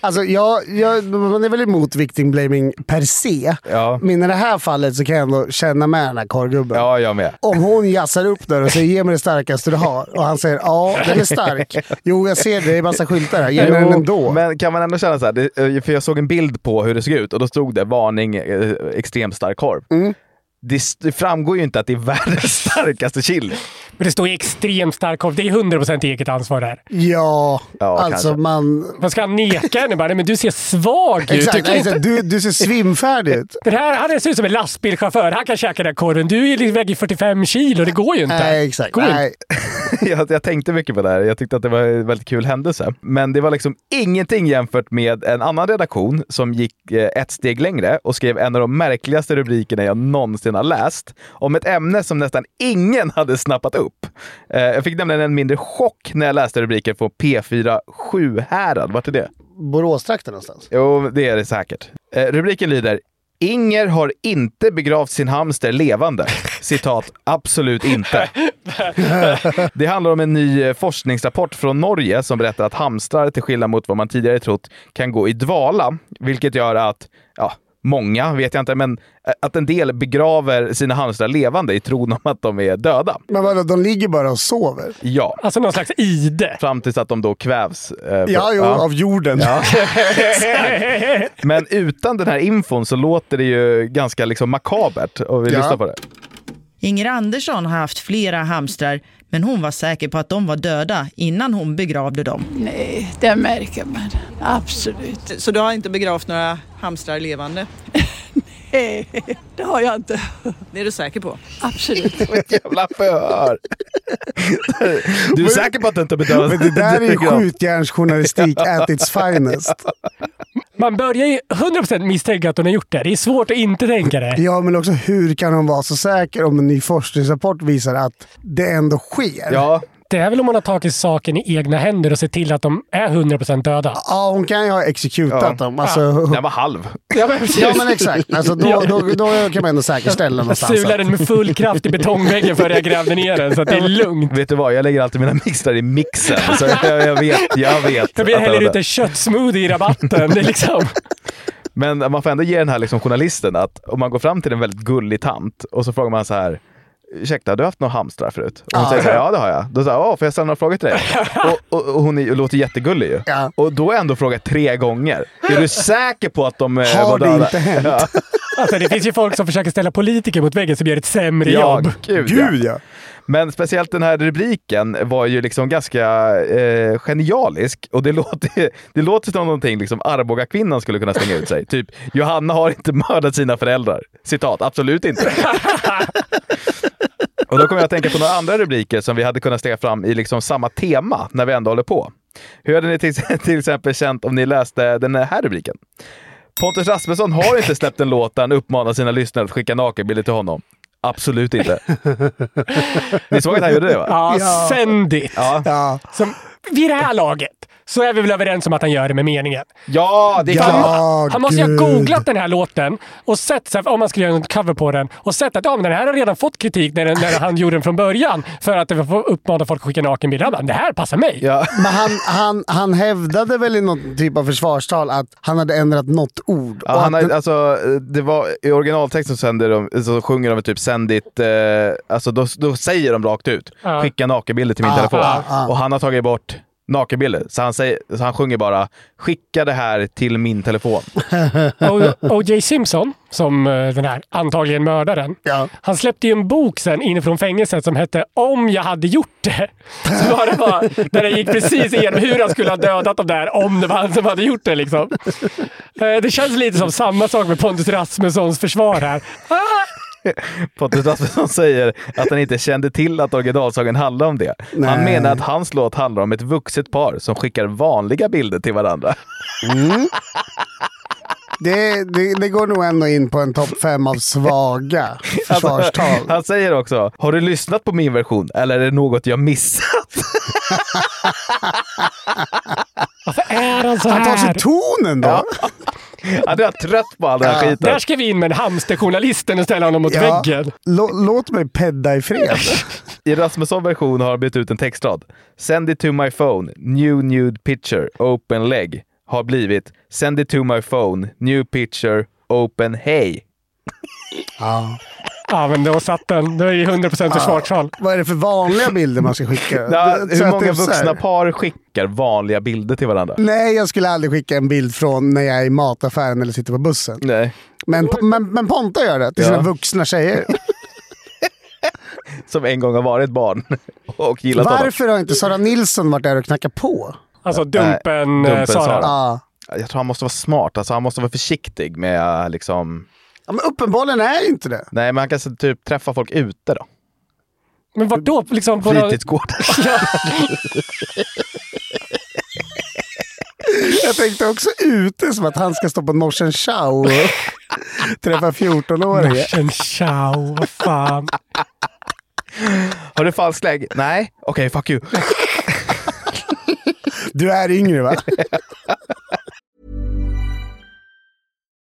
Speaker 1: Alltså, jag, jag, man är väl emot victim blaming per se.
Speaker 2: Ja.
Speaker 1: Men i det här fallet så kan jag ändå känna med den här korvgubben.
Speaker 2: Ja, jag med.
Speaker 1: Om hon jassar upp där och säger ge mig det starkaste du har och han säger ja, den är stark. Jo, jag ser det. Det är massa skyltar här. Ge mig den
Speaker 2: Jo,
Speaker 1: ändå.
Speaker 2: Men kan man ändå känna så här, det, eh, för jag såg en bild på hur det såg ut och då stod det varning eh, extremt stark korv. Det, s- det framgår ju inte att det är världens starkaste chili.
Speaker 3: Men det står ju extremt stark korv. Det är 100% eget ansvar där.
Speaker 1: Ja,
Speaker 2: Ja,
Speaker 1: alltså
Speaker 2: kanske.
Speaker 1: man...
Speaker 3: Man ska han neka henne bara? Nej, men du ser svag ut. Du,
Speaker 1: Exakt,
Speaker 3: kan inte...
Speaker 1: exakt. Du, du ser svimfärdig ut.
Speaker 3: Den här, han ser ut som en lastbilschaufför. Han kan käka den här korven. Du är liksom- väger 45 kilo. Det går ju inte.
Speaker 1: Nej, exakt.
Speaker 3: Går ju inte.
Speaker 1: Nej.
Speaker 2: jag, jag tänkte mycket på det här. Jag tyckte att det var en väldigt kul händelse. Men det var liksom ingenting jämfört med en annan redaktion som gick eh, ett steg längre och skrev en av de märkligaste rubrikerna jag någonsin har läst om ett ämne som nästan ingen hade snappat upp. Eh, Jag fick nämligen en mindre chock när jag läste rubriken från P4 Sjuhärad. Vart är det?
Speaker 1: Boråstrakten någonstans.
Speaker 2: Jo, det är det säkert. Eh, rubriken lyder Inger har inte begravt sin hamster levande. Citat, absolut inte. Det handlar om en ny eh, forskningsrapport från Norge som berättar att hamstrar, till skillnad mot vad man tidigare trott, kan gå i dvala, vilket gör att, ja, många vet jag inte, men eh, att en del begraver sina hamstrar levande i tron om att de är döda.
Speaker 1: Men vadå, de ligger bara och sover?
Speaker 2: Ja,
Speaker 3: Alltså någon slags ide.
Speaker 2: fram tills att de då kvävs. eh, för-
Speaker 1: Ja, jo,
Speaker 2: ja.
Speaker 1: av jorden.
Speaker 2: Men utan den här infon så låter det ju ganska liksom makabert. Och vi
Speaker 1: Ja.
Speaker 2: lyssnar på det.
Speaker 7: Inger Andersson har haft flera hamstrar, men hon var säker på att de var döda innan hon begravde dem.
Speaker 8: Nej, det märker man absolut.
Speaker 5: Så du har inte begravt några hamstrar levande?
Speaker 8: Eh, Det har jag inte.
Speaker 5: Det är du säker på?
Speaker 8: Absolut.
Speaker 2: Jävla förhör! Du är säker på att du inte bedömer
Speaker 1: Men det där är ju skjutjärnsjournalistik at its finest.
Speaker 3: Man börjar ju 100% misstänka att hon har gjort det. Det är svårt att inte tänka det.
Speaker 1: Ja, men också hur kan hon vara så säker om en ny forskningsrapport visar att det ändå sker?
Speaker 2: Ja,
Speaker 3: Det är väl om man har tagit saken i egna händer och sett till att de är 100% döda.
Speaker 1: Ja, hon kan ju ha exekutat
Speaker 2: Ja.
Speaker 1: dem. Alltså,
Speaker 2: den var halv.
Speaker 3: Ja, men precis.
Speaker 1: ja, men exakt. Alltså, då, då, då kan man ändå säkerställa
Speaker 3: Jag
Speaker 1: någonstans.
Speaker 3: sulade
Speaker 1: att-
Speaker 3: den med full kraft i betongväggen före jag grävde ner den, så att det är lugnt.
Speaker 2: Vet du vad, jag lägger alltid mina mixar i mixen. Så jag, jag vet, jag vet.
Speaker 3: Jag blir
Speaker 2: att det var
Speaker 3: heller ut
Speaker 2: det.
Speaker 3: en köttsmoothie i rabatten. Det är liksom...
Speaker 2: Men man får ändå ge den här liksom journalisten att om man går fram till en väldigt gullig tant och så frågar man så här Ursäkta, har du haft några hamstrar förut? Och hon säger så här, ja det har jag. Då säger jag, "Ja, får jag ställa några frågor till dig? och, och, och hon är, låter jättegullig ju.
Speaker 1: Ja.
Speaker 2: Och då har jag ändå frågat tre gånger. Är du säker på att de eh,
Speaker 1: Har
Speaker 2: var
Speaker 1: det
Speaker 2: döda?
Speaker 1: inte hänt?
Speaker 3: Alltså, det finns ju folk som försöker ställa politiker mot väggen som gör ett sämre
Speaker 2: Ja,
Speaker 3: jobb.
Speaker 2: gud,
Speaker 1: Gud
Speaker 2: ja.
Speaker 1: ja!
Speaker 2: Men speciellt den här rubriken var ju liksom ganska eh, genialisk och det låter, det låter som någonting liksom Arboga kvinnan skulle kunna slänga ut sig. Typ, Johanna har inte mördat sina föräldrar. Citat, absolut inte. och då kommer jag att tänka på några andra rubriker som vi hade kunnat steka fram i liksom samma tema när vi ändå håller på. Hur hade ni till, till exempel känt om ni läste den här rubriken? Pontus Rasmusson har inte släppt en låt där han uppmanar sina lyssnare att skicka nakenbilder till honom. Absolut inte. Ni såg att han gjorde det va?
Speaker 3: Ja, send it.
Speaker 1: Ja.
Speaker 3: Som, vid det här laget så är vi väl överens om att han gör det med meningen.
Speaker 2: Ja, det är klart.
Speaker 1: Ja,
Speaker 3: han måste ju ha
Speaker 1: gud.
Speaker 3: googlat den här låten och sett, så här, om man skulle göra en cover på den, och sett att ja, men den här har redan fått kritik när, den, när han gjorde den från början för att det var- uppmanade folk att skicka nakenbilder. Han bara, det här passar mig.
Speaker 2: Ja.
Speaker 1: Men han, han, han hävdade väl i någon typ av försvarstal att han hade ändrat något ord.
Speaker 2: Ja,
Speaker 1: Och
Speaker 2: han
Speaker 1: att
Speaker 2: har,
Speaker 1: det-
Speaker 2: alltså, eh, det var, I originaltexten så, sänder de, så sjunger de typ sänd ditt, eh, alltså då, då säger de rakt ut
Speaker 3: Ja.
Speaker 2: skicka nakenbilder till min
Speaker 1: Ah,
Speaker 2: telefon.
Speaker 1: ah, ah.
Speaker 2: Och han har tagit bort nakenbilder, så han, säger, så han sjunger bara skicka det här till min telefon.
Speaker 3: O- O.J. Simpson, som eh, den här antagligen mördaren,
Speaker 1: Ja.
Speaker 3: han släppte ju en bok sen inifrån fängelset som hette Om jag hade gjort det. Så var det bara, där det gick precis igenom hur han skulle ha dödat dem där om det var han som hade gjort det. Liksom. Eh, Det känns lite som samma sak med Pontus Rasmussons försvar här.
Speaker 2: Pontus Rasmusson säger att han inte kände till att originalsagan handlar om det. Han
Speaker 1: Nej.
Speaker 2: menar att hans låt handlar om ett vuxet par som skickar vanliga bilder till varandra.
Speaker 1: det, det, det går nog ändå in på en topp fem av svaga försvarstal.
Speaker 2: Han säger också, har du lyssnat på min version eller är det något jag missat?
Speaker 3: Varför är han så
Speaker 1: Han tar sig
Speaker 3: här?
Speaker 1: tonen då.
Speaker 2: Han är trött på all den här skiten.
Speaker 3: Där ska vi in med en hamsterjournalisten och ställa honom mot
Speaker 1: Ja.
Speaker 3: väggen.
Speaker 1: Lå- Låt mig pedda i fred.
Speaker 2: I Rasmussons version har han bytt ut en textrad. Send it to my phone, new nude picture, open leg. Har blivit Send it to my phone, new picture, open hey.
Speaker 3: Ja, men då satt den. Det är ju 100% försvarstal.
Speaker 1: Vad är det för vanliga bilder man ska skicka?
Speaker 2: Ja,
Speaker 1: Det- så
Speaker 2: hur
Speaker 1: att
Speaker 2: många
Speaker 1: det är så här-
Speaker 2: vuxna par skickar vanliga bilder till varandra?
Speaker 1: Nej, jag skulle aldrig skicka en bild från när jag är i mataffären eller sitter på bussen.
Speaker 2: Nej.
Speaker 1: Men, men, men Ponta gör det till
Speaker 2: Ja.
Speaker 1: sina vuxna tjejer.
Speaker 2: Som en gång har varit barn och gillat honom.
Speaker 1: Varför har inte Sara Nilsson varit där och knackat på?
Speaker 3: Alltså Dumpen,
Speaker 2: Dumpen
Speaker 3: eh,
Speaker 2: Sara.
Speaker 3: Sara.
Speaker 1: Ja.
Speaker 2: Jag tror han måste vara smart, alltså han måste vara försiktig med eh, liksom...
Speaker 1: ja men uppenbarligen är det inte det.
Speaker 2: Nej, men han kanske typ träffar folk ute då.
Speaker 3: Men vart då? Liksom på någon-
Speaker 2: Fritidsgården.
Speaker 1: Jag tänkte också ute som att han ska stå på Norsen Chow och träffa 14-åringar.
Speaker 3: Marsen ciao, vad fan.
Speaker 2: Har du falsk lägg? Nej. Okej, fuck you.
Speaker 1: Du är yngre va?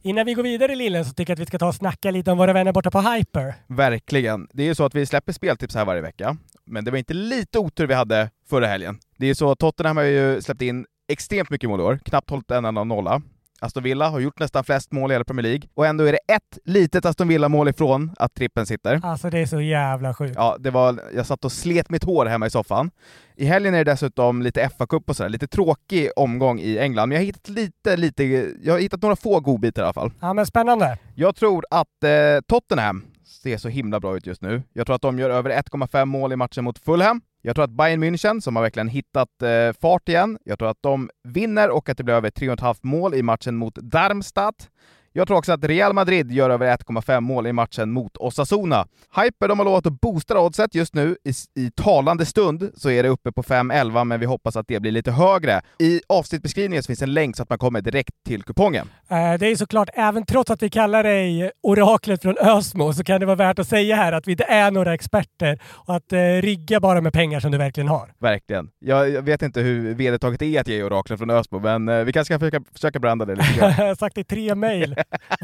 Speaker 3: Innan vi går vidare Lillen så tycker jag att vi ska ta och snacka lite om våra vänner borta på Hyper.
Speaker 2: Verkligen. Det är ju så att vi släpper speltips här varje vecka, men det var inte lite otur vi hade förra helgen. Det är ju så att Tottenham har ju släppt in extremt mycket mål i år, knappt hållit en enda nolla. Aston Villa har gjort nästan flest mål i hela Premier League, och ändå är det ett litet Aston Villa-mål ifrån att trippen sitter.
Speaker 3: Alltså det är så jävla sjukt.
Speaker 2: Ja, det var, jag satt och slet mitt hår hemma i soffan. I helgen är det dessutom lite FA-cup och sådär, lite tråkig omgång i England, men jag har hittat lite, lite, jag har hittat några få godbitar i alla fall.
Speaker 3: Ja men spännande.
Speaker 2: Jag tror att eh, Tottenham ser så himla bra ut just nu. Jag tror att de gör över 1,5 mål i matchen mot Fulham. Jag tror att Bayern München, som har verkligen hittat eh, fart igen, jag tror att de vinner och att det blir över 3,5 mål i matchen mot Darmstadt. Jag tror också att Real Madrid gör över 1,5 mål i matchen mot Osasuna. Hyper de har lovat att boosta oddset just nu. I, I talande stund så är det uppe på 5,11 men vi hoppas att det blir lite högre. I avsnittbeskrivningen så finns en länk så att man kommer direkt till kupongen.
Speaker 3: Eh, Det är såklart, även trots att vi kallar dig oraklet från Ösmo, så kan det vara värt att säga här att vi inte är några experter och att eh, rygga bara med pengar som du verkligen har.
Speaker 2: Verkligen. Jag, jag vet inte hur vedertaget är att ge oraklen från Ösmo, men eh, vi kanske ska försöka, försöka branda det lite grann.
Speaker 3: Jag har sagt det i tre mejl.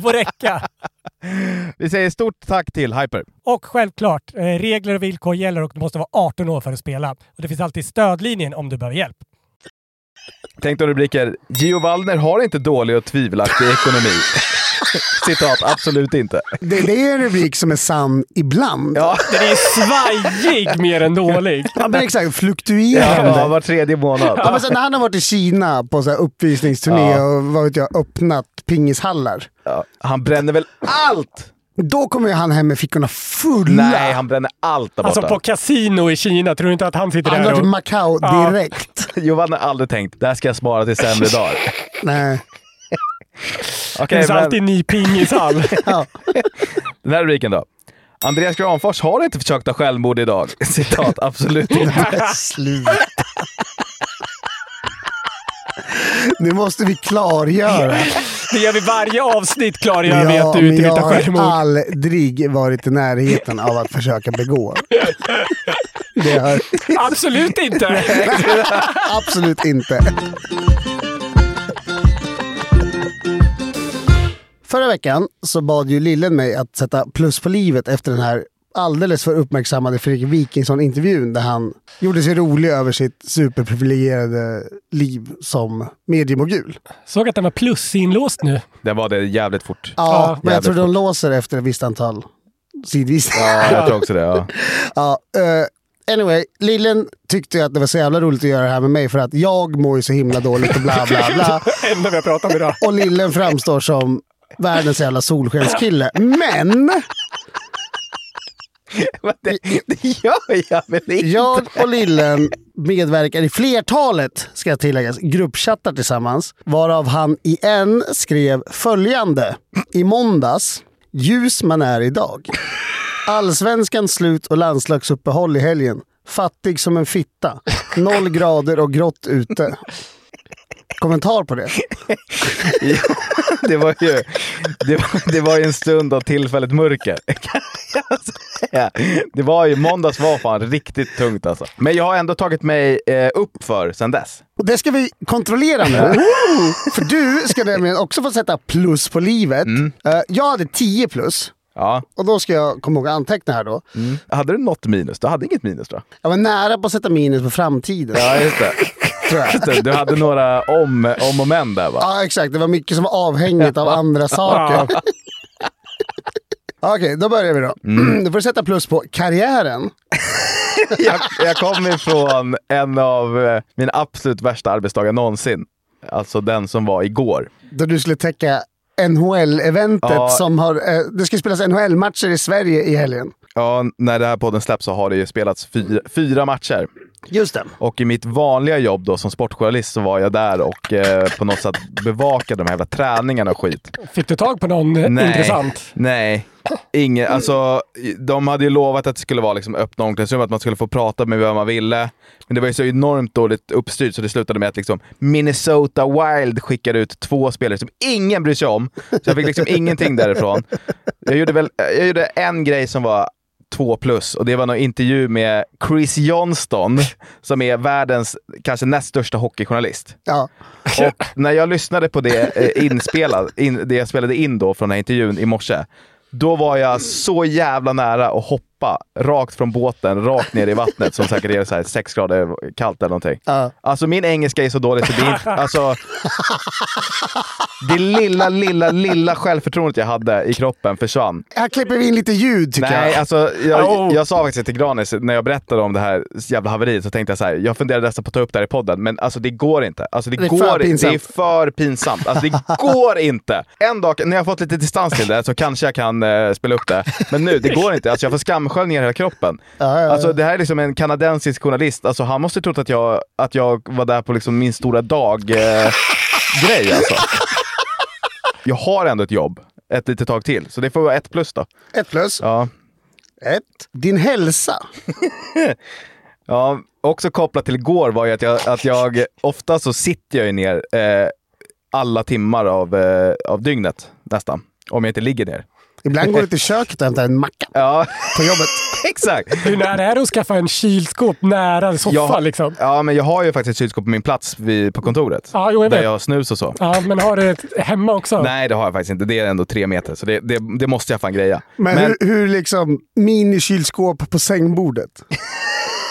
Speaker 3: får räcka.
Speaker 2: Vi säger stort tack till Hyper.
Speaker 3: Och självklart, eh, regler och villkor gäller och du måste vara 18 år för att spela. Och det finns alltid stödlinjen om du behöver hjälp.
Speaker 2: Tänk då rubriker. Gio Wallner har inte dålig och tvivelaktig ekonomi. Citat, absolut inte.
Speaker 1: Det, det är en rubrik som är sann ibland.
Speaker 2: Ja,
Speaker 3: Den är svajig mer än dålig.
Speaker 1: Ja, men exakt. Fluktuerande.
Speaker 2: ja var tredje månad.
Speaker 1: Ja, men sen när han har varit i Kina på så här uppvisningsturné
Speaker 2: Ja.
Speaker 1: och vad vet jag, öppnat pingishallar.
Speaker 2: Ja, han bränner väl allt?
Speaker 1: Då kommer ju han hem med fickorna fulla.
Speaker 2: Nej, han bränner allt där
Speaker 3: Alltså
Speaker 2: borta.
Speaker 3: på kasino i Kina, tror du inte att han sitter
Speaker 1: han drar
Speaker 3: där
Speaker 1: till
Speaker 3: och...
Speaker 1: Macau
Speaker 3: Ja.
Speaker 1: direkt.
Speaker 2: Johan har aldrig tänkt, det här ska jag spara till sämre dagar.
Speaker 1: Nej.
Speaker 3: Det
Speaker 2: Okej,
Speaker 3: finns alltid
Speaker 2: men
Speaker 3: en ny pingishall.
Speaker 2: den här rubriken då. Andreas Granfors har inte försökt ta självmord idag. Citat, absolut inte.
Speaker 1: Sluta. Nu måste vi klargöra.
Speaker 3: Det gör vi varje avsnitt klargör vi att du
Speaker 1: men
Speaker 3: inte vill
Speaker 1: jag
Speaker 3: ta
Speaker 1: har
Speaker 3: självmord.
Speaker 1: aldrig varit i närheten av att försöka begå. Det har
Speaker 3: Absolut inte!
Speaker 1: absolut inte. Förra veckan så bad ju Lillen mig att sätta plus på livet efter den här alldeles för uppmärksammade Fredrik Wikingsson-intervjun där han gjorde sig rolig över sitt superprivilegierade liv som mediemogul.
Speaker 3: Såg att den var plusinlåst nu.
Speaker 2: Den var det jävligt fort.
Speaker 1: Ja, men jag
Speaker 2: jävligt
Speaker 1: tror de
Speaker 2: fort.
Speaker 1: låser efter ett visst antal sidvisningar.
Speaker 2: Ja, jag tror också det. Ja.
Speaker 1: Ja, eh, anyway, Lillen tyckte ju att det var så jävla roligt att göra det här med mig för att jag mår ju så himla dåligt och bla bla bla.
Speaker 3: Enda vi har pratat om idag.
Speaker 1: Och Lillen framstår som världens jävla solskenskille. Men
Speaker 2: Men Det, det gör jag väl inte?
Speaker 1: jag och Lillen medverkar i flertalet, ska jag tilläggas, gruppchattar tillsammans. Varav han i en skrev följande i måndags. Ljus man är idag. Allsvenskans slut och landslagsuppehåll i helgen. Fattig som en fitta. Noll grader och grått ute. Kommentar på det?
Speaker 2: Ja, det var ju det var, det var ju en stund av tillfälligt mörker. kan jag säga. Det var ju, måndags var fan riktigt tungt alltså. Men jag har ändå tagit mig eh, upp för sen dess.
Speaker 1: Och det ska vi kontrollera nu. För du ska nämligen också få sätta plus på livet. Eh, Jag hade 10 plus.
Speaker 2: Ja.
Speaker 1: Och då ska jag komma ihåg att anteckna här då.
Speaker 2: Hade du något minus? Du hade inget minus då?
Speaker 1: Jag var nära på att sätta minus på framtiden.
Speaker 2: Ja, just det.
Speaker 1: Tror jag.
Speaker 2: Just det. Du hade några om, om och men där va?
Speaker 1: Ja, exakt. Det var mycket som var avhängigt av andra saker. Okej, då börjar vi då.
Speaker 2: Mm.
Speaker 1: Då får du sätta plus på karriären.
Speaker 2: Jag, jag kom ifrån en av eh, mina absolut värsta arbetsdagar någonsin. Alltså den som var igår.
Speaker 1: Då du skulle täcka NHL-eventet
Speaker 2: Ja.
Speaker 1: som har... Eh, det ska spelas NHL-matcher i Sverige i helgen.
Speaker 2: Ja, när det här podden släpps så har det ju spelats fyra, fyra matcher.
Speaker 1: Just det.
Speaker 2: Och i mitt vanliga jobb då som sportjournalist så var jag där och eh, på något sätt bevakade de här jävla träningarna och skit.
Speaker 3: Fick du tag på någon eh, intressant?
Speaker 2: Nej. Ingen, alltså, de hade ju lovat att det skulle vara liksom öppna omklädningsrum, att man skulle få prata med vem man ville. Men det var ju så enormt dåligt uppstyrt så det slutade med att liksom Minnesota Wild skickade ut två spelare som ingen bryr sig om. Så jag fick liksom ingenting därifrån. Jag gjorde, väl, jag gjorde en grej som var två plus och det var någon intervju med Chris Johnston som är världens kanske näst största hockeyjournalist.
Speaker 1: Ja.
Speaker 2: Och när jag lyssnade på det eh, inspelad, in, det jag spelade in då från den här intervjun i morse, då var jag så jävla nära att hoppa rakt från båten, rakt ner i vattnet som säkert är så här 6 grader kallt eller någonting.
Speaker 1: Ja.
Speaker 2: Alltså min engelska är så dålig så det är inte, alltså, Det lilla, lilla, lilla självförtroendet jag hade i kroppen försvann.
Speaker 1: Här klipper vi in lite ljud tycker
Speaker 2: Nej,
Speaker 1: jag.
Speaker 2: alltså jag,
Speaker 3: Oh.
Speaker 2: jag sa faktiskt till Granis, när jag berättade om det här jävla haveriet, så tänkte jag så här, jag funderade nästan på att ta upp det här i podden, men alltså det går inte. Alltså det,
Speaker 1: Det är för
Speaker 2: går inte. Det är
Speaker 1: pinsamt.
Speaker 2: för pinsamt. Alltså det går inte. En dag, när jag fått lite distans till det, så kanske jag kan eh, spela upp det. Men nu, det går inte. Alltså jag får skamsköljningar i hela kroppen.
Speaker 1: ja, ja.
Speaker 2: Alltså det här är liksom en kanadensisk journalist. Alltså han måste trott att jag, att jag var där på liksom min stora dag-grej alltså. Jag har ändå ett jobb ett litet tag till, så det får vara ett plus då.
Speaker 1: Ett plus.
Speaker 2: Ja.
Speaker 1: Ett. Din hälsa.
Speaker 2: Ja, också kopplat till igår var ju att jag, att jag ofta så sitter jag ju ner eh, alla timmar av, eh, av dygnet nästan. Om jag inte ligger ner.
Speaker 1: Ibland går du till köket och hämtar en macka
Speaker 2: Ja,
Speaker 1: på jobbet.
Speaker 2: exakt.
Speaker 3: Hur nära är det att skaffa en kylskåp nära soffan
Speaker 2: Jag-
Speaker 3: liksom?
Speaker 2: Ja, men jag har ju faktiskt ett kylskåp på min plats vid, på kontoret.
Speaker 3: Ja, jo, jag
Speaker 2: där
Speaker 3: vet.
Speaker 2: jag har snus och så.
Speaker 3: Ja, men har du ett hemma också?
Speaker 2: Nej, det har jag faktiskt inte. Det är ändå tre meter, så det, det, det måste jag fan greja.
Speaker 1: Men, hur, hur liksom minikylskåp på sängbordet?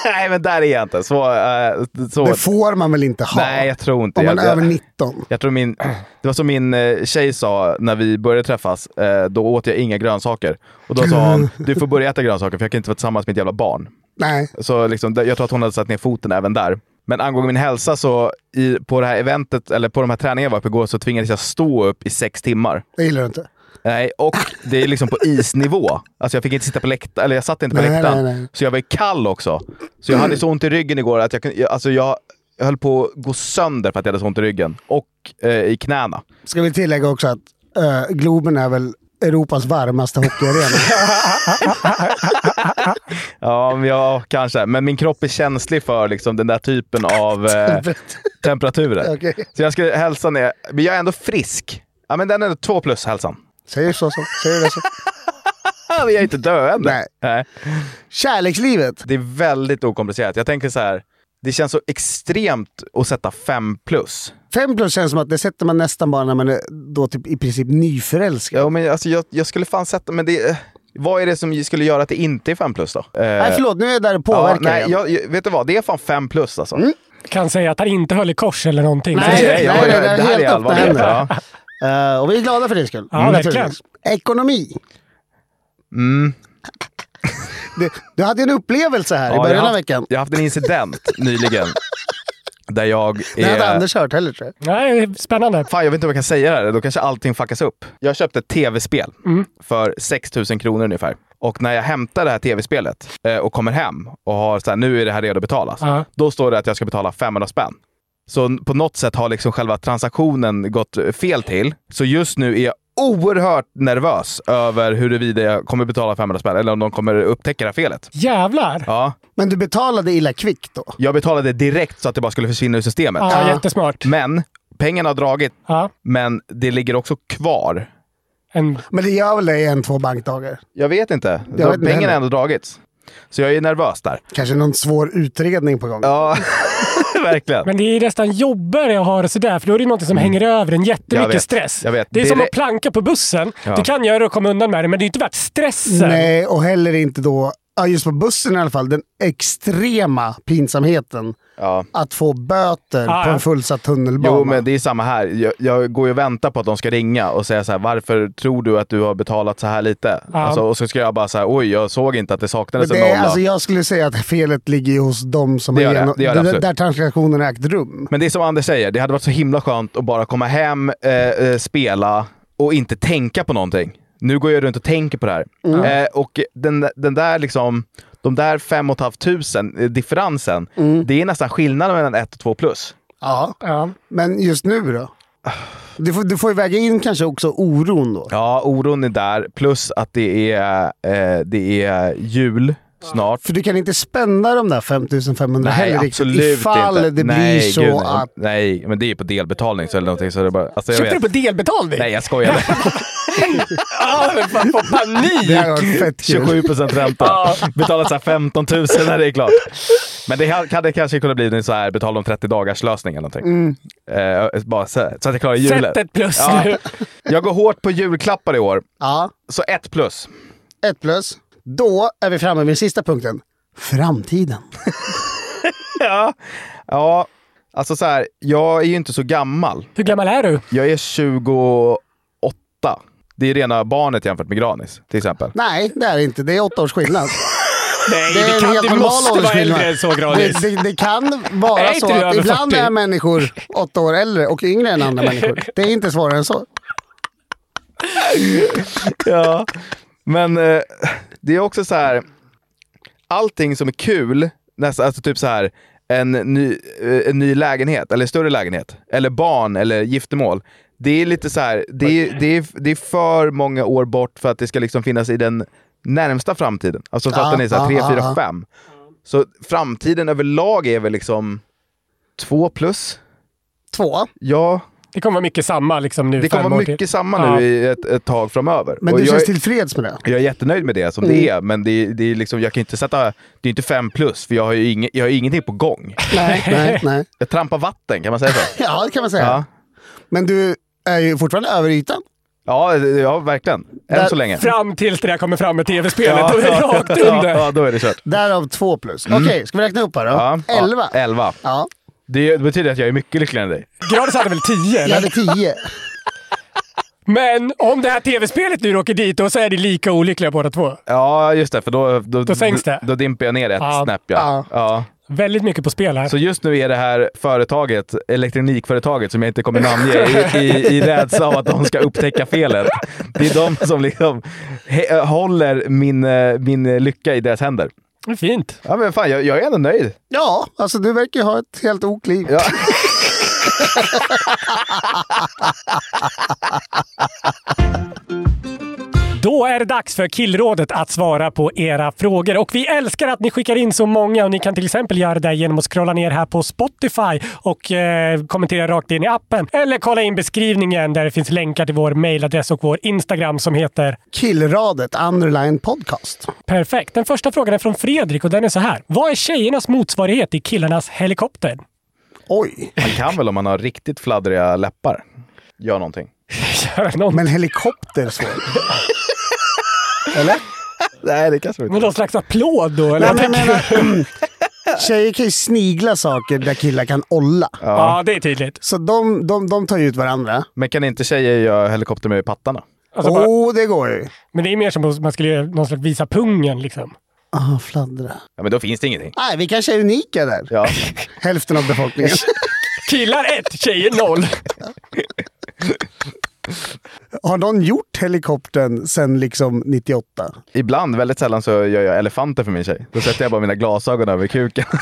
Speaker 2: Nej, men där är jag inte. Så, eh, så.
Speaker 1: Det får man väl inte ha?
Speaker 2: Nej, jag tror inte.
Speaker 1: Om man
Speaker 2: jag,
Speaker 1: är över
Speaker 2: jag,
Speaker 1: 19.
Speaker 2: jag tror min, det var som min eh, tjej sa när vi började träffas, eh, då åt jag inga grönsaker. Och då sa hon, du får börja äta grönsaker för jag kan inte vara tillsammans med ett jävla barn.
Speaker 1: Nej.
Speaker 2: Så liksom, där- jag tror att hon hade satt ner foten även där. Men angående min hälsa så, i, på det här eventet, eller på de här träningarna jag var på igår, så tvingades jag stå upp i sex timmar.
Speaker 1: Det gillar du inte.
Speaker 2: Nej, och det är liksom på isnivå. Alltså jag fick inte sitta på läktaren, eller jag satt inte på
Speaker 1: Nej,
Speaker 2: läktaren.
Speaker 1: nej, nej.
Speaker 2: Så jag var ju kall också. Så jag hade så ont i ryggen igår att jag, kunde- jag, alltså jag jag höll på att gå sönder för att jag hade så ont i ryggen. Och eh, i knäna.
Speaker 1: Ska vi tillägga också att eh, Globen är väl Europas varmaste hockeyarena.
Speaker 2: Ja, men ja, kanske. Men min kropp är känslig för liksom, den där typen av eh, temperaturer.
Speaker 1: Okej.
Speaker 2: Så jag skulle hälsan är... Men jag är ändå frisk. Ja, men den är två plus hälsan.
Speaker 1: Säger så, så. Säger det så.
Speaker 2: Ja, men Jag är inte döende.
Speaker 1: Nej. Kärlekslivet.
Speaker 2: Det är väldigt okomplicerat. Jag tänker så här. Det känns så extremt att sätta fem plus.
Speaker 1: Fem plus känns som att det sätter man nästan bara när man är då typ i princip nyförälskad.
Speaker 2: Ja, men alltså, jag, jag skulle fan sätta... Men det, eh, vad är det som skulle göra att det inte är fem plus då? Eh,
Speaker 1: Nej, förlåt. Nu är jag där och
Speaker 2: ja,
Speaker 1: påverkar
Speaker 2: nej,
Speaker 1: igen.
Speaker 2: jag, jag, Vet du vad? Det är fan fem plus alltså.
Speaker 3: Kan säga att han inte höll i kors eller någonting.
Speaker 1: Nej,
Speaker 2: Nej, ja,
Speaker 1: nej, det
Speaker 2: ja,
Speaker 1: är
Speaker 2: det här
Speaker 1: helt
Speaker 2: är
Speaker 1: öppna
Speaker 2: allvarligt.
Speaker 1: händer.
Speaker 2: Ja.
Speaker 1: Eh, och vi är glada för din skull.
Speaker 3: Ja, verkligen.
Speaker 1: naturligtvis. Ekonomi. Du, du hade en upplevelse här i
Speaker 2: Mm. Ja, jag
Speaker 1: början
Speaker 2: har
Speaker 1: av
Speaker 2: haft-
Speaker 1: veckan.
Speaker 2: Jag har haft en incident nyligen. Där jag
Speaker 1: Det hade
Speaker 2: är...
Speaker 1: Anders hört heller tror jag.
Speaker 3: Nej, spännande.
Speaker 2: Fan, jag vet inte vad jag kan säga där. Då kanske allting fuckas upp. Jag köpte ett tv-spel
Speaker 1: Mm.
Speaker 2: för 6 000 kronor ungefär. Och när jag hämtar det här tv-spelet eh, och kommer hem och har så här, nu är det här redo att betalas.
Speaker 3: Ja.
Speaker 2: Då står det att jag ska betala 500 spänn. Så n- på något sätt har liksom själva transaktionen gått eh, fel till. Så just nu är jag oerhört nervös över huruvida jag kommer betala 500 spänn eller om de kommer upptäcka det här felet.
Speaker 3: Jävlar!
Speaker 2: Ja,
Speaker 1: Men du betalade illa kvickt då?
Speaker 2: jag betalade direkt så att det bara skulle försvinna ur systemet.
Speaker 3: Ja, jättesmart.
Speaker 2: Men pengarna har dragit,
Speaker 3: Ja,
Speaker 2: men det ligger också kvar
Speaker 3: en,
Speaker 1: Men det gör väl det i en, två bankdagar?
Speaker 2: Jag vet inte. De
Speaker 1: vet inte
Speaker 2: pengarna
Speaker 1: heller.
Speaker 2: har ändå dragits. Så jag är nervös där.
Speaker 1: Kanske någon svår utredning på gång?
Speaker 2: Ja, verkligen.
Speaker 3: men det är nästan jobbigare att ha det sådär, för då är det något som hänger över en
Speaker 2: Mm. Jag
Speaker 3: jättemycket
Speaker 2: vet,
Speaker 3: stress.
Speaker 2: jag vet.
Speaker 3: Det är
Speaker 2: Det är
Speaker 3: som
Speaker 2: det-
Speaker 3: att planka på bussen.
Speaker 2: Ja.
Speaker 3: Du kan göra det och komma undan med det, men det är inte värt stressen.
Speaker 1: Nej, och heller inte då, ja, just på bussen i alla fall, den extrema pinsamheten
Speaker 2: Ja.
Speaker 1: att få böter
Speaker 3: Ah,
Speaker 1: på
Speaker 3: ja.
Speaker 1: en fullsatt tunnelbana.
Speaker 2: Jo, men det är samma här. Jag, jag går ju och väntar på att de ska ringa och säga så här, varför tror du att du har betalat så här lite?
Speaker 3: Ja.
Speaker 2: Alltså, och så ska jag bara säga, oj, jag såg inte att det saknades
Speaker 1: Men
Speaker 2: en
Speaker 1: det är,
Speaker 2: nolla.
Speaker 1: alltså, jag skulle säga att felet ligger ju hos de som
Speaker 2: Det
Speaker 1: har
Speaker 2: gör det,
Speaker 1: geno-
Speaker 2: det gör det
Speaker 1: där-
Speaker 2: absolut.
Speaker 1: där transaktionen har ägt rum.
Speaker 2: Men det är som Anders säger, det hade varit så himla skönt att bara komma hem, eh, eh, spela och inte tänka på någonting. Nu går jag runt och tänker på det här.
Speaker 1: Mm.
Speaker 2: Eh, och den, den där liksom, de där 5 500 eh, differensen,
Speaker 1: Mm.
Speaker 2: det är nästan skillnaden mellan 1 och 2 plus.
Speaker 1: Ja.
Speaker 3: Ja.
Speaker 1: Men just nu då? Du får, du får ju väga in kanske också oron då.
Speaker 2: Ja, oron är där. Plus att det är, eh, det är jul snart.
Speaker 1: För du kan inte spänna de där 5500 heller riktigt. Ifall det
Speaker 2: nej,
Speaker 1: blir så
Speaker 2: gud, nej.
Speaker 1: att...
Speaker 2: Nej, men det är ju på delbetalning så eller någonting. Så det är bara, alltså, jag
Speaker 3: Köpte du
Speaker 2: vet.
Speaker 3: på delbetalning?
Speaker 2: Nej, jag skojade.
Speaker 3: Ja, men fan, får panik!
Speaker 1: Det här var fett kul.
Speaker 2: 27 procent ränta. Betalat så här 15 000 när det är klart. Men det ha- hade kanske kunnat bli en så här betala om 30 dagars lösning eller
Speaker 1: Mm.
Speaker 2: någonting. Eh, bara så, här, så att jag klarar julen.
Speaker 3: Sätt ett plus
Speaker 2: Ja.
Speaker 3: nu.
Speaker 2: Jag går hårt på julklappar i år.
Speaker 1: Ja,
Speaker 2: Så ett plus.
Speaker 1: ett plus. Då är vi framme vid sista punkten. Framtiden.
Speaker 2: Ja. ja, alltså så här. Jag är ju inte så gammal.
Speaker 3: Hur gammal är du?
Speaker 2: Jag är 28. Det är rena barnet jämfört med Granis till exempel.
Speaker 1: Nej, det är det inte. Det är åtta års skillnad.
Speaker 3: Nej,
Speaker 1: Det är en helt normal åldersskillnad.
Speaker 3: så,
Speaker 1: Det, det, det kan vara
Speaker 3: Är inte
Speaker 1: så
Speaker 3: du
Speaker 1: att
Speaker 3: över
Speaker 1: ibland
Speaker 3: 40?
Speaker 1: är människor åtta år äldre och yngre än andra människor. Det är inte svårare än så.
Speaker 2: Ja. Men eh, det är också så här. Allting som är kul, nästan, alltså typ så här en ny, eh, en ny lägenhet, eller större lägenhet, eller barn, eller giftermål. Det är lite så här, det är, det är, det är för många år bort för att det ska liksom finnas i den närmsta framtiden. Alltså för att
Speaker 1: Ja,
Speaker 2: den är så här
Speaker 3: Ah,
Speaker 1: ja,
Speaker 2: 3,
Speaker 1: ja,
Speaker 2: 4,
Speaker 1: ja.
Speaker 2: 5. Så framtiden överlag är väl liksom två plus.
Speaker 1: Två.
Speaker 2: Ja,
Speaker 3: Det kommer vara mycket samma liksom nu.
Speaker 2: det kommer
Speaker 3: fem
Speaker 2: vara
Speaker 3: år till.
Speaker 2: mycket samma nu i
Speaker 3: Ja.
Speaker 2: ett, ett tag framöver.
Speaker 1: Men
Speaker 2: Och
Speaker 1: du
Speaker 2: jag,
Speaker 1: känns
Speaker 2: är-
Speaker 1: tillfreds med det?
Speaker 2: jag är jättenöjd med det som det
Speaker 3: Mm.
Speaker 2: är, men det, är- det är liksom, jag kan inte sätta... Det är inte fem plus, för jag har ju inge, jag har ingenting på gång.
Speaker 1: Nej, nej, nej.
Speaker 2: Jag trampar vatten, kan man säga så?
Speaker 1: Ja, det kan man säga.
Speaker 2: Ja.
Speaker 1: Men du är ju fortfarande över ytan.
Speaker 2: Ja, det- ja verkligen. Än
Speaker 1: Där-
Speaker 2: så länge.
Speaker 3: Fram tills det där kommer fram med tv-spelet.
Speaker 2: Ja,
Speaker 3: Då är det rakt under.
Speaker 2: Ja, ja, då är det kört.
Speaker 1: Därav två plus. Okej, ska vi räkna upp här då?
Speaker 2: Ja, ja,
Speaker 1: Elva. Mm. Ja,
Speaker 2: elva. Det betyder att jag är mycket lyckligare än dig.
Speaker 3: Gradis hade väl 10?
Speaker 1: jag
Speaker 3: eller?
Speaker 1: hade tio.
Speaker 3: Men om det här tv-spelet nu åker dit, då så är det lika olyckliga båda två.
Speaker 2: Ja, just det. För då, då,
Speaker 3: Då sänks det.
Speaker 2: Då dimper jag ner ett
Speaker 3: Ja.
Speaker 2: snäpp. Ja. Ja.
Speaker 3: Väldigt mycket på spel här.
Speaker 2: Så just nu är det här företaget, elektronikföretaget, som jag inte kommer namnge, i, i, i rädsla av att de ska upptäcka felet. Det är de som liksom he, håller min, eh, min lycka i deras händer.
Speaker 3: Det är Fint.
Speaker 2: Ja, men fan, jag, jag är ändå nöjd.
Speaker 1: Ja, alltså du verkar ju ha ett helt ok liv.
Speaker 2: Ja.
Speaker 3: Då är det dags för Killrådet att svara på era frågor. Och vi älskar att ni skickar in så många och ni kan till exempel göra det genom att scrolla ner här på Spotify och eh, kommentera rakt in i appen. Eller kolla in beskrivningen där det finns länkar till vår mailadress och vår Instagram som heter
Speaker 1: Killradet Underline Podcast.
Speaker 3: Perfekt. Den första frågan är från Fredrik och den är så här. Vad är tjejernas motsvarighet i killarnas helikopter?
Speaker 1: Oj.
Speaker 2: Man kan väl om man har riktigt fladdriga läppar. Gör någonting.
Speaker 3: Gör någon,
Speaker 1: Men helikopter svår.
Speaker 2: Nej, det kanske
Speaker 3: någon slags applåd då? Eller?
Speaker 1: Nej, men jag menar, mm. tjejer kan ju snigla saker där killar kan olla.
Speaker 3: ja, det är tydligt.
Speaker 1: Så de, de, de tar ju ut varandra.
Speaker 2: Men kan inte tjejer göra helikopter med pattarna?
Speaker 3: Alltså
Speaker 1: Åh,
Speaker 3: bara,
Speaker 1: oh, det går ju.
Speaker 3: men det är mer som om man skulle göra någon slags visa pungen liksom.
Speaker 1: Ah, fladdra.
Speaker 2: Ja, men då finns det ingenting.
Speaker 1: Nej, vi kanske är unika där.
Speaker 2: Ja.
Speaker 1: Hälften av befolkningen.
Speaker 3: Killar ett, tjejer noll.
Speaker 1: Har någon gjort helikoptern sedan liksom 98?
Speaker 2: Ibland, väldigt sällan, så gör jag elefanter för min tjej. Då sätter jag bara mina glasögon över kuken.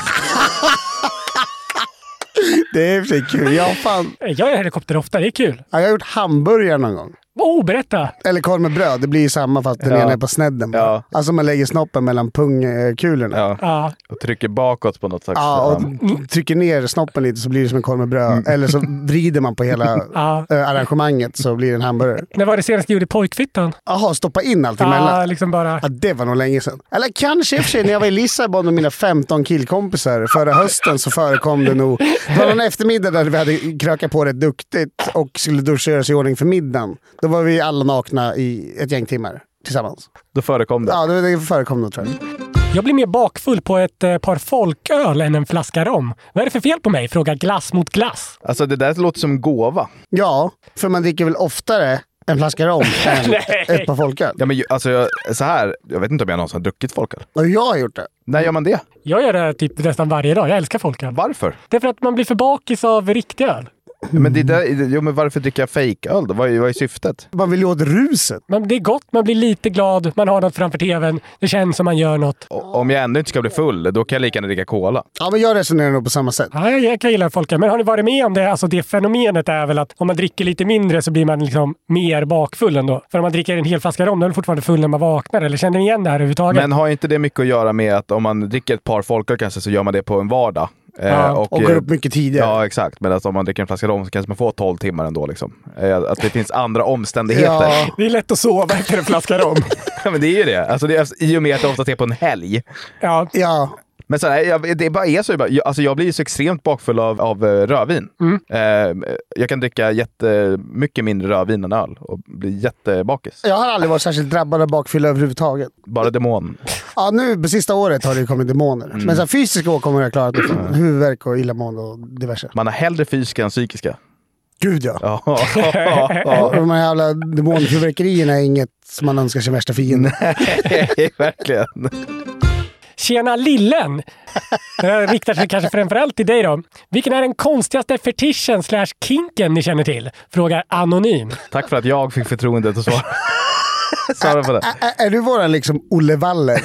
Speaker 1: Det är i och för sig kul. Jag har, fan,
Speaker 3: Eh, Jag gör helikopter ofta, det är kul.
Speaker 1: Ja, jag har gjort hamburgare någon gång.
Speaker 3: Oh, berätta!
Speaker 1: Eller korv med bröd. Det blir ju samma fast den
Speaker 2: Ja.
Speaker 1: ena är på snedden. bara.
Speaker 2: Ja.
Speaker 1: Alltså man lägger snoppen mellan pungkulorna. Ja.
Speaker 2: Ja.
Speaker 3: Ja.
Speaker 2: Och trycker bakåt på något slags...
Speaker 1: Ah, och trycker ner snoppen lite så blir det som en korv med bröd. Eller så vrider man på hela
Speaker 3: Mm. Ja.
Speaker 1: eh, arrangemanget så blir det en hamburgare.
Speaker 3: När var det senast du gjorde pojkfittan?
Speaker 1: Jaha, stoppa in allt
Speaker 3: Ja,
Speaker 1: emellan.
Speaker 3: liksom bara...
Speaker 1: Ja, det var nog länge sedan. Eller kanske i och för sig när jag var i Lissabon och mina 15 killkompisar förra hösten så förekom det nog. Det var någon eftermiddag där vi hade krökat på rätt duktigt och skulle duscha och göra sig i ordning för middagen. Då var vi alla nakna i ett gäng timmar tillsammans.
Speaker 2: Då förekom det.
Speaker 1: Ja, det, det förekom nog tror jag.
Speaker 3: Jag blir mer bakfull på ett eh, par folköl än en flaska rom. Vad är det för fel på mig? Frågar glass mot glass.
Speaker 2: Alltså det där låter som gåva.
Speaker 1: Ja, för man dricker väl oftare en flaska rom än
Speaker 3: Nej.
Speaker 1: ett par folköl.
Speaker 2: Ja, men ju- alltså, jag, så här, jag vet inte om jag någonsin har druckit folköl.
Speaker 1: Och jag har gjort det.
Speaker 2: När gör man det?
Speaker 3: Jag gör det typ nästan varje dag. Jag älskar folköl.
Speaker 2: Varför?
Speaker 3: Det är för att man blir för bakis av riktig öl.
Speaker 2: Men, det där,
Speaker 1: Mm.
Speaker 2: jo, men varför dricka fejköl då? Vad, är- vad är syftet?
Speaker 1: Man vill ju åt ruset.
Speaker 3: Men det är gott, man blir lite glad, man har något framför tvn, det känns som man gör något.
Speaker 2: O- Om jag ändå inte ska bli full, då kan jag lika gärna dricka cola.
Speaker 1: Ja, men jag resonerar nog på samma sätt.
Speaker 3: Ja, jag, jag kan gilla folköl, men har ni varit med om det? Alltså det fenomenet är väl att om man dricker lite mindre så blir man liksom mer bakfull ändå. För om man dricker en hel flaska rom, då är man fortfarande full när man vaknar. Eller känner ni igen det här överhuvudtaget?
Speaker 2: Men har inte det mycket att göra med att om man dricker ett par folköl kanske så gör man det på en vardag? Eh,
Speaker 3: Ja,
Speaker 1: Och går upp mycket tidigare.
Speaker 2: Ja, exakt. Men alltså, om man dricker en flaska rom så kanske man får 12 timmar ändå. Liksom. Eh, Att det finns andra omständigheter.
Speaker 1: Ja.
Speaker 3: Det är lätt att sova efter en flaska rom.
Speaker 2: Ja, men det är ju det. Alltså, det är, I och med att det oftast är på en helg.
Speaker 3: Ja,
Speaker 1: Ja,
Speaker 2: Men så här, jag, det bara är så. Jag, alltså, jag blir ju så extremt bakfull av, av eh, rödvin. Eh, jag kan dricka jättemycket mindre rödvin än öl och bli jättebakis.
Speaker 1: jag har aldrig varit särskilt drabbad av bakfylla överhuvudtaget.
Speaker 2: Bara demon.
Speaker 1: Ja, nu på sista året har det ju kommit demoner.
Speaker 2: Mm.
Speaker 1: Men så här, fysiska åkommor har jag klarat mig från. Huvudvärk och illamående och diverse.
Speaker 2: Man har hellre fysiska än psykiska.
Speaker 1: Gud ja.
Speaker 2: Ja, ja,
Speaker 1: Och de här jävla demonfyrverkerierna är inget som man önskar sin värsta fiende.
Speaker 2: ja, verkligen.
Speaker 3: Tjena lillen! Den här riktar sig kanske framförallt till dig då. Vilken är den konstigaste fetischen slash kinken ni känner till? Frågar Anonym.
Speaker 2: Tack för att jag fick förtroendet att svara. svara på det.
Speaker 1: Ä- är du våran liksom Olle Waller?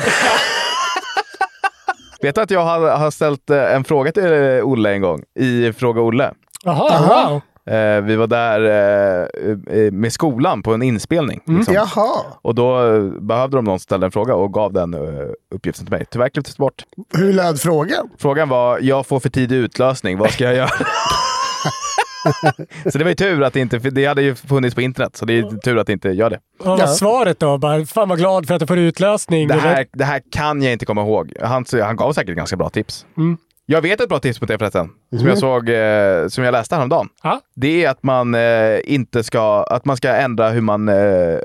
Speaker 2: Vet du att jag har, har ställt eh, en fråga till eh, Olle en gång i Fråga Olle?
Speaker 3: Jaha, wow.
Speaker 2: Eh, vi var där eh, eh, med skolan på en inspelning. Liksom.
Speaker 1: Jaha.
Speaker 2: Och då eh, behövde de någon som ställde en fråga och gav den eh, uppgiften till mig. Tyvärr klipptes det bort.
Speaker 1: Hur löd frågan?
Speaker 2: Frågan var, jag får för tidig utlösning, vad ska jag göra? så det var ju tur att det inte, för det hade ju funnits på internet, så det är tur att det inte gör det.
Speaker 3: Och vad var svaret då? Bara, fan vad glad för att du får utlösning.
Speaker 2: Det
Speaker 3: eller?
Speaker 2: här, det här kan jag inte komma ihåg. Han, han gav säkert ganska bra tips. Jag vet ett bra tips mot det förresten, som jag såg, eh, som jag läste häromdagen.
Speaker 3: Ja.
Speaker 2: Det är att man eh, inte ska, att man ska ändra hur man eh,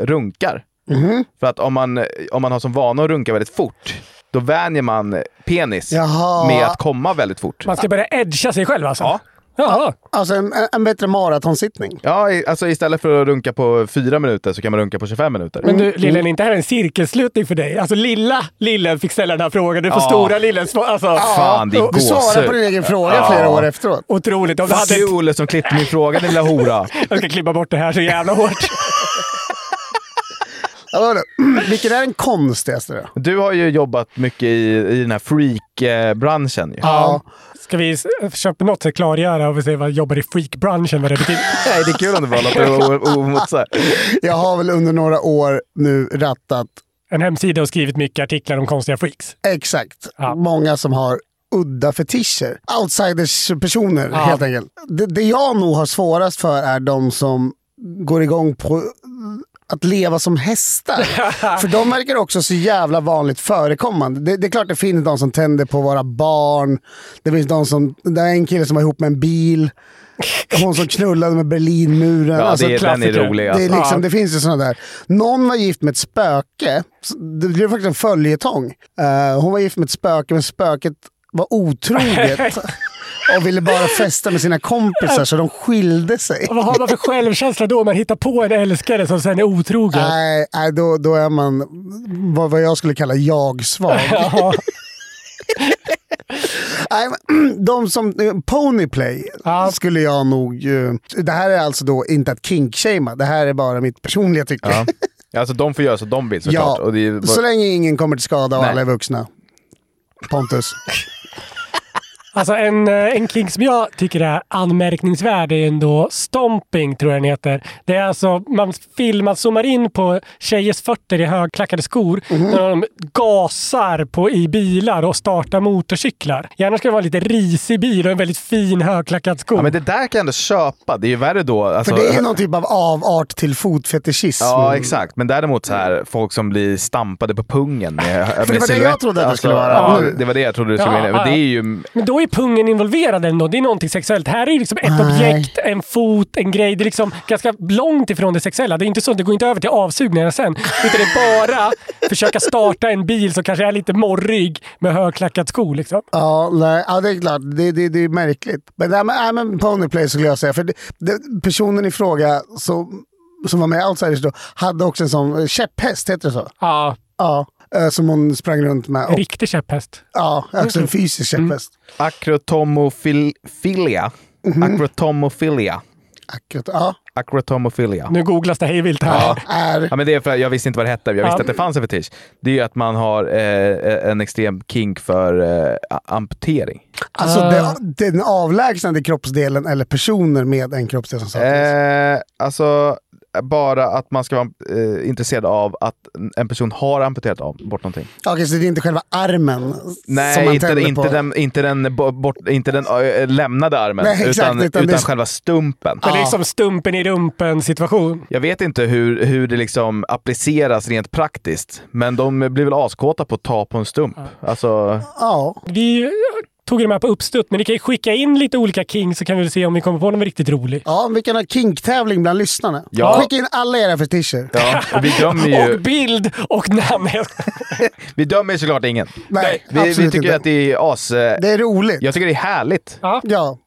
Speaker 2: runkar.
Speaker 1: Mhm.
Speaker 2: För att om man, om man har som vana att runka väldigt fort, då vänjer man penis
Speaker 1: Jaha.
Speaker 2: med att komma väldigt fort.
Speaker 3: Man ska börja edga sig själv alltså?
Speaker 2: Ja.
Speaker 3: Jaha.
Speaker 1: Alltså en, en bättre maratonsittning.
Speaker 2: Ja, i- alltså istället för att runka på fyra minuter så kan man runka på 25 minuter.
Speaker 3: Men du, lillen, inte här är en cirkelslutning för dig. Alltså lilla lillen fick ställa den här frågan. Du får
Speaker 2: Ja.
Speaker 3: stora lillen svar. Alltså,
Speaker 2: Fan, det är
Speaker 1: Du svarar
Speaker 2: gåshud.
Speaker 1: på din egen fråga
Speaker 2: Ja.
Speaker 1: flera år efteråt.
Speaker 3: Otroligt. Om du hade...
Speaker 2: Fuck you, Olle, som klippte min fråga, din lilla hora.
Speaker 3: Jag ska klippa bort det här så jävla hårt.
Speaker 1: Ja, det var det. Vilken är den konstigaste då?
Speaker 2: Du har ju jobbat mycket i, i den här freak-branschen. Ju.
Speaker 3: Ja. Ska vi s- försöka på något sätt klargöra och vi ser vad jobbar i freakbranschen vad det betyder?
Speaker 2: Nej, det är kul om det var något o- o- omotsagt.
Speaker 1: Jag har väl under några år nu rattat
Speaker 3: En hemsida och skrivit mycket artiklar om konstiga freaks.
Speaker 1: Exakt.
Speaker 3: Ja.
Speaker 1: Många som har udda fetischer. Outsiders-personer helt enkelt. Det, det jag nog har svårast för är de som går igång på att leva som hästar. för de verkar också så jävla vanligt förekommande. Det, det är klart det finns de som tänder på våra barn. Det finns de som... Det är en kille som var ihop med en bil. Hon som knullade med Berlinmuren.
Speaker 2: Ja,
Speaker 1: Alltså,
Speaker 2: det, är- den är
Speaker 3: klassiker.
Speaker 2: rolig.
Speaker 1: det,
Speaker 2: Alltså.
Speaker 1: är liksom, det finns ju sådana där. Någon var gift med ett spöke. Så Det blev faktiskt en följetong. Eh, hon var gift med ett spöke, men spöket var otroget. och ville bara festa med sina kompisar, så de skilde sig.
Speaker 3: Vad har man för självkänsla då om man hittar på en älskare som sen är otrogen?
Speaker 1: Nej, nej då, då är man vad, vad jag skulle kalla jag-svag.
Speaker 3: Ja.
Speaker 1: Nej, men, de som... eh, Ponyplay
Speaker 3: Ja.
Speaker 1: skulle jag nog... eh, Det här är alltså då inte att kinkshamea. Det här är bara mitt personliga tycke.
Speaker 2: Ja. Alltså, de får göra som de vill såklart.
Speaker 1: Ja,
Speaker 2: Och det är,
Speaker 1: så länge ingen kommer till skada och
Speaker 2: Nej.
Speaker 1: alla är vuxna. Pontus.
Speaker 3: Alltså en, eh, en kink som jag tycker är anmärkningsvärd är ju ändå stomping, tror jag den heter. Det är alltså, man filmar, zoomar in på tjejers fötter i högklackade skor
Speaker 2: Mhm.
Speaker 3: när de gasar på, i bilar och startar motorcyklar. Gärna ska det vara lite risig bil och en väldigt fin högklackad sko.
Speaker 2: ja, men det där kan jag ändå köpa. Det är ju värre då. Alltså,
Speaker 1: Oh. För det är någon typ av avart till fotfetischism.
Speaker 2: Ja, exakt. Men däremot så här, folk som blir stampade på pungen. Med, med
Speaker 1: det var det
Speaker 2: silhuett.
Speaker 1: jag trodde att det skulle vara.
Speaker 2: Ja,
Speaker 1: Nu.
Speaker 2: det var det jag trodde du skulle
Speaker 3: Ja,
Speaker 2: mena. Men det
Speaker 3: ja.
Speaker 2: är ju...
Speaker 3: Men då är pungen involverad ändå. Det är någonting sexuellt. Här är ju liksom ett
Speaker 1: Nej.
Speaker 3: objekt, en fot, en grej. Det är liksom ganska långt ifrån det sexuella. Det är inte så, det går inte över till avsugningar sen. Utan det är bara försöka starta en bil som kanske är lite morrig med högklackat sko. Liksom.
Speaker 1: Ja, nej, ja, det är klart. Det, det, det är märkligt. Men, nej, men, nej, men Ponyplay skulle jag säga. För det, det, personen i fråga som, som var med i Outsiders då hade också en sån eh, käpphäst, heter det så?
Speaker 3: Ja,
Speaker 1: Ja. eh, Som hon sprang runt med.
Speaker 3: en
Speaker 1: Och,
Speaker 3: riktig käpphäst.
Speaker 1: ja, också en fysisk käpphäst.
Speaker 2: Acrotomofilia.
Speaker 1: Mhm.
Speaker 2: Acrotomofilia.
Speaker 1: Akkurat, ja.
Speaker 2: Acrotomofilia.
Speaker 3: Nu googlas det hejvilt här.
Speaker 2: Ja.
Speaker 1: Är,
Speaker 2: Ja, men det är för att jag visste inte vad det hette, jag visste
Speaker 3: Ja.
Speaker 2: att det fanns en fetisch. Det är ju att man har eh, en extrem kink för eh, a- amputering.
Speaker 1: alltså det, den avlägsnande kroppsdelen eller personer med en kroppsdel som saknas.
Speaker 2: Eh, alltså, bara att man ska vara eh, intresserad av att en person har amputerat av, bort någonting.
Speaker 1: Okej, så det är inte själva armen som
Speaker 2: Nej,
Speaker 1: man
Speaker 2: inte,
Speaker 1: tänder
Speaker 2: inte,
Speaker 1: på?
Speaker 2: den, inte den, bo- bort, inte den eh, lämnade armen,
Speaker 1: Nej, exakt,
Speaker 2: utan,
Speaker 1: utan
Speaker 2: utan,
Speaker 1: det är-
Speaker 2: själva stumpen.
Speaker 3: Det är liksom stumpen i rumpen situation.
Speaker 2: Jag vet inte hur, hur det liksom appliceras rent praktiskt, men de blir väl askåta på att ta på en stump. Alltså,
Speaker 1: Ja.
Speaker 3: Vi eh, tog ju de här på uppstutt, men ni kan ju skicka in lite olika king så kan vi se om vi kommer på någon riktigt rolig.
Speaker 1: ja, vi kan ha kinktävling bland lyssnarna.
Speaker 2: Ja.
Speaker 1: Skicka in alla era fetischer.
Speaker 2: ja, och vi dömer
Speaker 3: Och
Speaker 2: ju
Speaker 3: bild och namn. Jag skojar.
Speaker 2: vi dömer ju såklart ingen.
Speaker 1: Nej,
Speaker 2: Vi, vi
Speaker 1: absolut
Speaker 2: tycker
Speaker 1: inte.
Speaker 2: att det är as... eh,
Speaker 1: Det är roligt.
Speaker 2: Jag tycker det är härligt.
Speaker 1: Ja.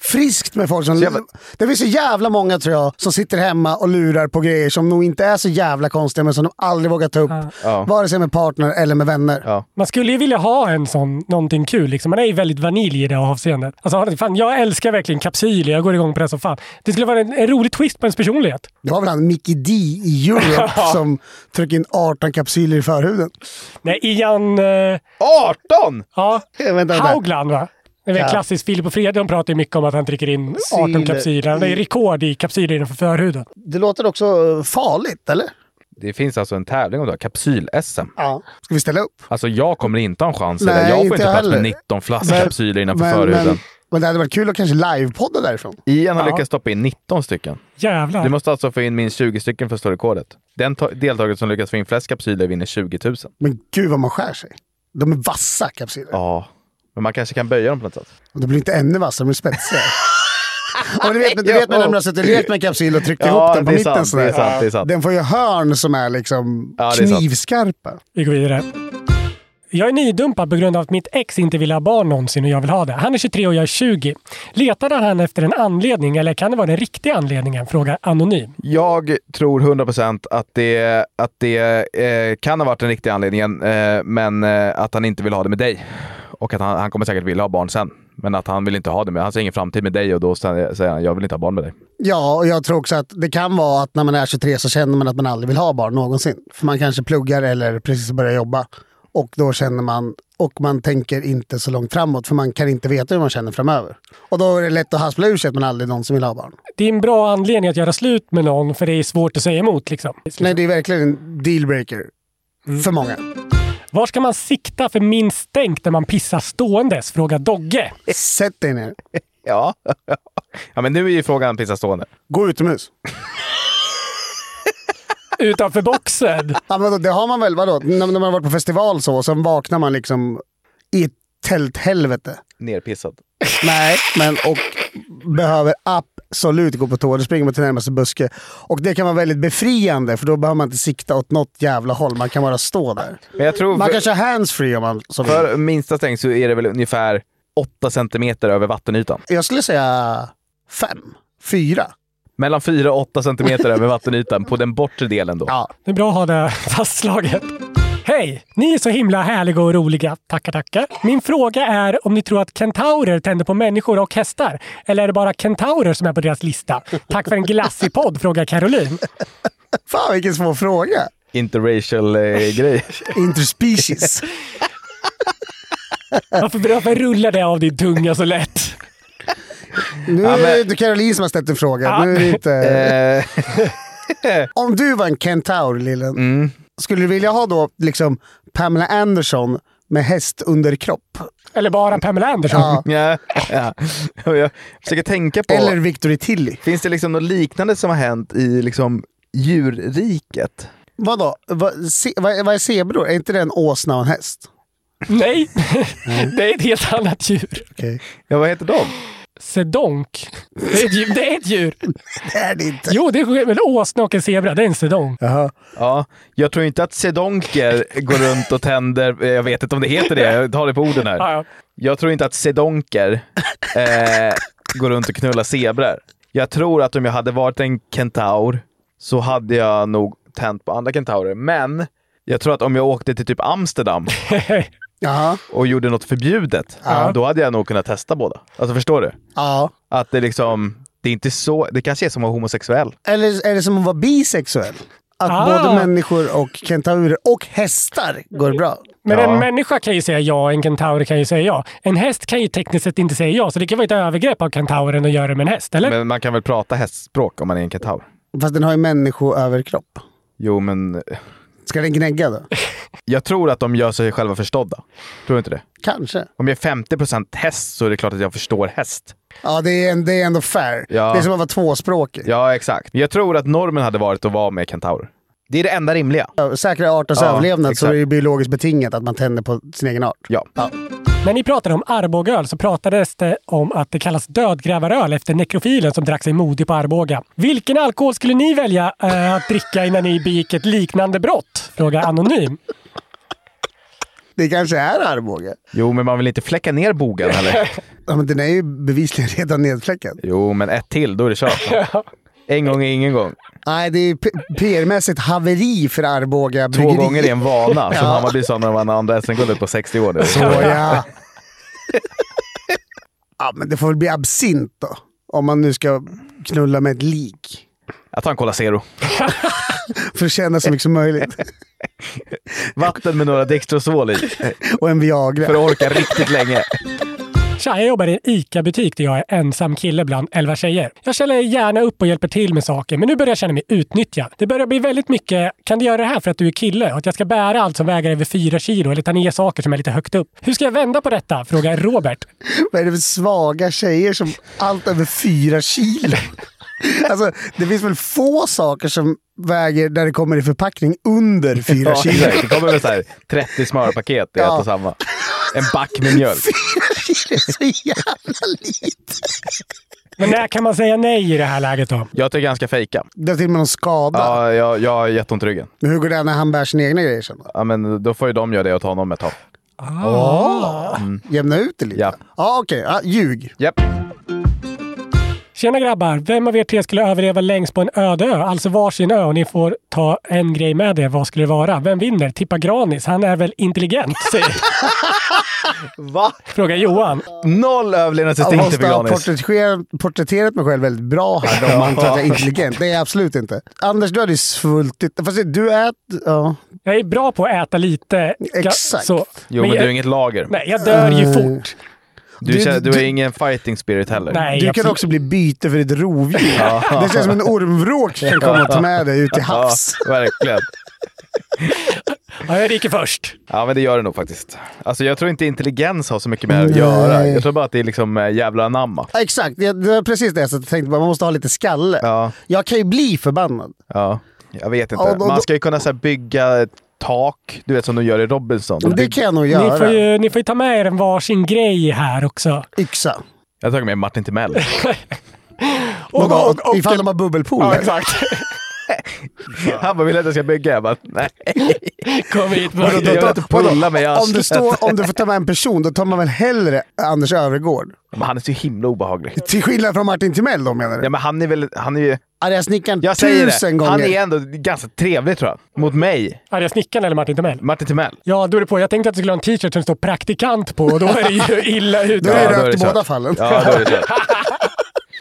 Speaker 1: Friskt med folk som...
Speaker 2: Så jävla-
Speaker 1: Det finns så jävla många tror jag som sitter hemma och lurar på grejer som nog inte är så jävla konstiga men som de aldrig vågar ta upp.
Speaker 2: Ja.
Speaker 1: Vare sig med partner eller med vänner.
Speaker 2: Ja.
Speaker 3: Man skulle ju vilja ha en sån, någonting kul. Liksom. Man är ju väldigt vanilj i det avseendet. Alltså, fan, jag älskar verkligen kapsyler. Jag går igång på det som fan. Det skulle vara en, en rolig twist på ens personlighet.
Speaker 1: Det var väl han Mickey D i Europe som tryckte in 18 kapsyler i förhuden.
Speaker 3: Nej, Ian... Eh,
Speaker 2: 18!
Speaker 3: ja,
Speaker 2: Eh,
Speaker 1: Vänta, vänta.
Speaker 3: Haugland va? Det är väl klassiskt Filip och Fredrik. De pratar ju mycket om att han trycker in 18
Speaker 1: Syler.
Speaker 3: kapsyler. Han är rekord i kapsyler innanför förhuden.
Speaker 1: Det låter också eh, farligt, eller?
Speaker 2: Det finns alltså en tävling om det här, kapsyl-SM.
Speaker 1: Ja. Ska vi ställa upp?
Speaker 2: Alltså jag kommer inte ha en chans i
Speaker 1: Nej,
Speaker 2: det. Jag får
Speaker 1: inte
Speaker 2: inte
Speaker 1: jag
Speaker 2: plats med
Speaker 1: heller.
Speaker 2: 19 flaskkapsyler innanför förhuden.
Speaker 1: Men, men det hade varit kul att kanske livepodda därifrån.
Speaker 2: Ian har lyckats stoppa in 19 stycken.
Speaker 3: Jävlar.
Speaker 2: Du måste alltså få in minst 20 stycken för att slå rekordet. Den ta- deltagare som lyckas få in flest kapsyler vinner 20 000.
Speaker 1: Men gud vad man skär sig. De är vassa kapsyler.
Speaker 2: Ja. Men man kanske kan böja dem på något sätt.
Speaker 1: Och det blir inte ännu vassare, men spetsiga. och du vet, men du vet när man har suttit och lekt med en kapsyl och tryckt ihop den på
Speaker 2: det är
Speaker 1: mitten
Speaker 2: sant, det
Speaker 1: sådär.
Speaker 2: är sant, det är sant.
Speaker 1: Den får ju hörn som är liksom
Speaker 2: Ja, det är sant.
Speaker 1: knivskarpa.
Speaker 3: Vi går vidare. Jag är nydumpad på grund av att mitt ex inte vill ha barn någonsin och jag vill ha det. Han är 23 och jag är 20. Letade han efter en anledning eller kan det vara den riktiga anledningen? Frågar Anonym.
Speaker 2: Jag tror 100% att det, att det eh, kan ha varit den riktiga anledningen, eh, men eh, att han inte vill ha det med dig. Och att han, han kommer säkert vilja ha barn sen. Men att han vill inte ha det med, han ser ingen framtid med dig och då säger säger han jag vill inte ha barn med dig.
Speaker 1: Ja, och jag tror också att det kan vara att när man är 23 så känner man att man aldrig vill ha barn någonsin. För man kanske pluggar eller precis börjar jobba. Och då känner man, och man tänker inte så långt framåt för man kan inte veta hur man känner framöver. Och då är det lätt att haspla ur sig att man aldrig någonsin vill ha barn.
Speaker 3: Det är en bra anledning att göra slut med någon för det är svårt att säga emot. Liksom.
Speaker 1: Nej, det är verkligen en dealbreaker. För många.
Speaker 3: Var ska man sikta för minst stänk när man pissar ståendes? Frågar Dogge.
Speaker 1: Sätt dig ner.
Speaker 2: Ja. ja, men nu är ju frågan pizza stående.
Speaker 1: Gå utomhus.
Speaker 3: Utanför boxen.
Speaker 1: Ja, men då- det har man väl, vadå? När när man har varit på festival så, och sen vaknar man liksom i ett tälthelvete.
Speaker 2: Nerpissad.
Speaker 1: Nej, men och behöver absolut gå på toa. Då springer man till närmaste buske. Och det kan vara väldigt befriande, för då behöver man inte sikta åt något jävla håll. Man kan bara stå där.
Speaker 2: Men jag tror
Speaker 1: Man
Speaker 2: för,
Speaker 1: kan köra handsfree om man så vill.
Speaker 2: för minsta stäng så är det väl ungefär 8 centimeter över vattenytan.
Speaker 1: Jag skulle säga fem, fyra.
Speaker 2: Mellan 4 och 8 centimeter över vattenytan på den bortre delen då.
Speaker 1: Ja.
Speaker 3: Det är bra att ha det fastslaget. Hej! Ni är så himla härliga och roliga. Tackar, tackar. Min fråga är om ni tror att kentaurer tänder på människor och hästar? Eller är det bara kentaurer som är på deras lista? Tack för en glassig podd, frågar Caroline.
Speaker 1: Fan vilken svår fråga.
Speaker 2: Interracial eh, grej.
Speaker 1: Interspecies.
Speaker 3: Varför, varför rullar det av din tunga så lätt?
Speaker 1: Nu
Speaker 2: Ja, men-
Speaker 1: är det Caroline som har ställt en fråga.
Speaker 3: Ja.
Speaker 1: Nu är det inte...
Speaker 2: Eh,
Speaker 1: Om du var en kentaur, lillen. Skulle du vilja ha då liksom Pamela Anderson med häst under kropp?
Speaker 3: Eller bara Pamela Anderson?
Speaker 1: Ja.
Speaker 2: ja, ja. Och Jag försöker tänka på...
Speaker 1: Eller Victory Tilly?
Speaker 2: Finns det liksom något liknande som har hänt i liksom djurriket?
Speaker 1: Vadå? Vad, se, vad, vad är zebror? Är inte det en åsna och en häst?
Speaker 3: Nej, det är ett helt annat djur.
Speaker 1: Okej.
Speaker 2: Ja, vad heter de?
Speaker 3: Sedonk. Det är ett djur. Det är ett djur.
Speaker 1: Det är det inte.
Speaker 3: Jo, det är väl åsna och en zebra. Det är en sedonk.
Speaker 2: Ja, jag tror inte att sedonker går runt och tänder... eh, Jag vet inte om det heter det, jag tar det på orden
Speaker 3: Ja,
Speaker 2: här.
Speaker 3: ja.
Speaker 2: Jag tror inte att sedonker eh, går runt och knullar zebror. Jag tror att om jag hade varit en kentaur så hade jag nog tänt på andra kentaurer. Men jag tror att om jag åkte till typ Amsterdam
Speaker 1: Jaha.
Speaker 2: och gjorde något förbjudet,
Speaker 3: Ja.
Speaker 2: då hade jag nog kunnat testa båda. Alltså förstår du?
Speaker 1: Ja.
Speaker 2: Att det liksom, det är inte så, det kanske är som att vara homosexuell.
Speaker 1: Eller är det som att vara bisexuell? Att
Speaker 3: Ah.
Speaker 1: både människor och kentaurer och hästar går bra.
Speaker 3: Men
Speaker 2: Ja.
Speaker 3: en människa kan ju säga ja, en kentaur kan ju säga ja. En häst kan ju tekniskt sett inte säga ja, så det kan vara ett övergrepp av kentauren att göra det med en häst, eller?
Speaker 2: Men man kan väl prata hästspråk om man är en kentaur?
Speaker 1: Fast den har ju människoöverkropp.
Speaker 2: Jo, men eh,
Speaker 1: Ska den gnägga då?
Speaker 2: jag tror att de gör sig själva förstådda. Tror du inte det?
Speaker 1: Kanske.
Speaker 2: Om jag är 50% häst så är det klart att jag förstår häst.
Speaker 1: Ja, det är, en, det är ändå fair.
Speaker 2: Ja.
Speaker 1: Det är som att vara tvåspråkig.
Speaker 2: Ja, exakt. Jag tror att normen hade varit att vara med kentaurer. Det är det enda rimliga.
Speaker 1: Säkra arters
Speaker 2: Ja,
Speaker 1: överlevnad så
Speaker 2: exakt.
Speaker 1: är det ju biologiskt betingat att man tänder på sin egen art.
Speaker 2: Ja.
Speaker 3: När ni pratade om Arbogaöl så pratades det om att det kallas dödgrävaröl efter nekrofilen som drack sig modig på Arboga. Vilken alkohol skulle ni välja eh, att dricka innan ni begick ett liknande brott? Frågar Anonym.
Speaker 1: Det kanske är Arboga.
Speaker 2: Jo, men man vill inte fläcka ner bogen heller.
Speaker 1: Ja, men den är ju bevisligen redan nedfläckad.
Speaker 2: Jo, men ett till, då är det kört. En gång är ingen gång.
Speaker 1: Nej, det är p- PR-mässigt haveri för Arboga
Speaker 2: Två
Speaker 1: bryggeri.
Speaker 2: gånger är en vana, som
Speaker 1: Ja.
Speaker 2: Hammarby sa när de vann andra SM-guldet på 60 år.
Speaker 1: Så ja. ja, men det får väl bli absint då. Om man nu ska knulla med ett lik.
Speaker 2: Jag tar en Cola Zero.
Speaker 1: För att känna så mycket som möjligt.
Speaker 2: Vatten med några Dextrosol i,
Speaker 1: Och en Viagra.
Speaker 2: för att orka riktigt länge.
Speaker 3: Tja, jag jobbar i en ICA-butik där jag är ensam kille bland elva tjejer. Jag ställer gärna upp och hjälper till med saker, men nu börjar jag känna mig utnyttjad. Det börjar bli väldigt mycket, kan du göra det här för att du är kille? Och att jag ska bära allt som väger över fyra kilo eller ta ner saker som är lite högt upp. Hur ska jag vända på detta? Frågar Robert.
Speaker 1: Vad är det för svaga tjejer som allt över fyra kilo? Alltså, det finns väl få saker som väger, där det kommer i förpackning, under fyra
Speaker 2: Ja,
Speaker 1: kilo.
Speaker 2: exakt. Det kommer väl så här 30 smörpaket i
Speaker 1: Ja.
Speaker 2: ett och samma. En back med mjölk.
Speaker 1: det är så jävla lite.
Speaker 3: Men när kan man säga nej i det här läget då?
Speaker 2: Jag tycker han ska fejka.
Speaker 1: Det är till och med någon skada.
Speaker 2: Ja, jag, jag har jätteont i ryggen.
Speaker 1: Men hur går det när han bär sina egna grejer sen då?
Speaker 2: Ja, men då får ju de göra det åt honom ett tag.
Speaker 1: Jämna ut det lite?
Speaker 2: Ja.
Speaker 1: Ja, okej. Ja, ljug.
Speaker 2: Japp.
Speaker 3: Tjena grabbar! Vem av er tre skulle överleva längst på en öde ö? Alltså varsin ö och ni får ta en grej med er. Vad skulle det vara? Vem vinner? Tippa Granis. Han är väl intelligent? säger-
Speaker 2: Va?
Speaker 3: Frågar Johan.
Speaker 2: Noll
Speaker 1: Jag
Speaker 2: överlevnadsinstinkt
Speaker 1: måste
Speaker 2: för
Speaker 1: ha
Speaker 2: Granis.
Speaker 1: porträtterat, porträtterat mig själv väldigt bra här då, om man tror att jag är intelligent. Det är jag absolut inte. Anders, du hade ju svultit. Fast du är... Ja.
Speaker 3: Jag är bra på att äta lite. Ga-
Speaker 1: Exakt. Eh.
Speaker 2: Jo, men
Speaker 3: jag,
Speaker 2: du är inget lager.
Speaker 3: Nej, jag dör ju fort.
Speaker 2: Du,
Speaker 1: Du-
Speaker 2: känner, du är
Speaker 1: du-
Speaker 2: ingen fighting spirit heller.
Speaker 3: Nej,
Speaker 1: Du
Speaker 3: jag-
Speaker 1: kan också bli byte för ett rovdjur. Det känns som en ormvråk kan komma och ta med dig ut i
Speaker 2: Ja,
Speaker 1: havs.
Speaker 2: verkligen.
Speaker 3: Ja, jag ryker först.
Speaker 2: Ja, men det gör det nog faktiskt. Alltså, jag tror inte intelligens har så mycket med det att göra.
Speaker 1: Nej.
Speaker 2: Jag tror bara att det är liksom eh, jävla anamma.
Speaker 1: Ja, Exakt, det det var precis det jag satt och tänkte. på. Man måste ha lite skalle.
Speaker 2: Ja.
Speaker 1: Jag kan ju bli förbannad.
Speaker 2: Ja, jag vet
Speaker 1: Ja,
Speaker 2: inte.
Speaker 1: då-
Speaker 2: Man ska ju kunna så här, bygga ett tak, du vet som de gör i Robinson.
Speaker 1: Och det kan jag nog
Speaker 3: Ni får,
Speaker 1: göra.
Speaker 3: ju, ni får ju ta med er en varsin grej här också.
Speaker 1: Yxa.
Speaker 2: Jag tar med Martin Timell.
Speaker 1: Och,
Speaker 3: Och- och- och-
Speaker 1: ifall de har bubbelpooler.
Speaker 3: Ja, exakt.
Speaker 2: Han bara, vill du att jag ska bygga? Jag bara, nej.
Speaker 3: Kom hit.
Speaker 2: Vadå, då-
Speaker 3: Martin.
Speaker 2: Jag vill inte pulla mig i
Speaker 1: om, du
Speaker 2: arslet.
Speaker 1: står, om du får ta med en person, då tar man väl hellre Anders Övergård?
Speaker 2: Men han är så himla obehaglig.
Speaker 1: Till skillnad från Martin Timell då menar du?
Speaker 2: Ja, men han är väl, han är ju,
Speaker 1: Arga-snickaren
Speaker 2: jag säger
Speaker 1: tusen
Speaker 2: det,
Speaker 1: gånger.
Speaker 2: han är ändå ganska trevlig tror jag. Mot mig,
Speaker 3: Arga snickaren eller Martin Timell?
Speaker 2: Martin Timell.
Speaker 3: Ja, då är det på. Jag tänkte att du skulle ha en t-shirt som det står praktikant på och då är det ju illa
Speaker 1: Då
Speaker 3: ute.
Speaker 1: är
Speaker 2: Ja,
Speaker 1: det
Speaker 2: då är
Speaker 1: rökt i
Speaker 2: det kört.
Speaker 1: båda fallen.
Speaker 2: Ja, då är det så.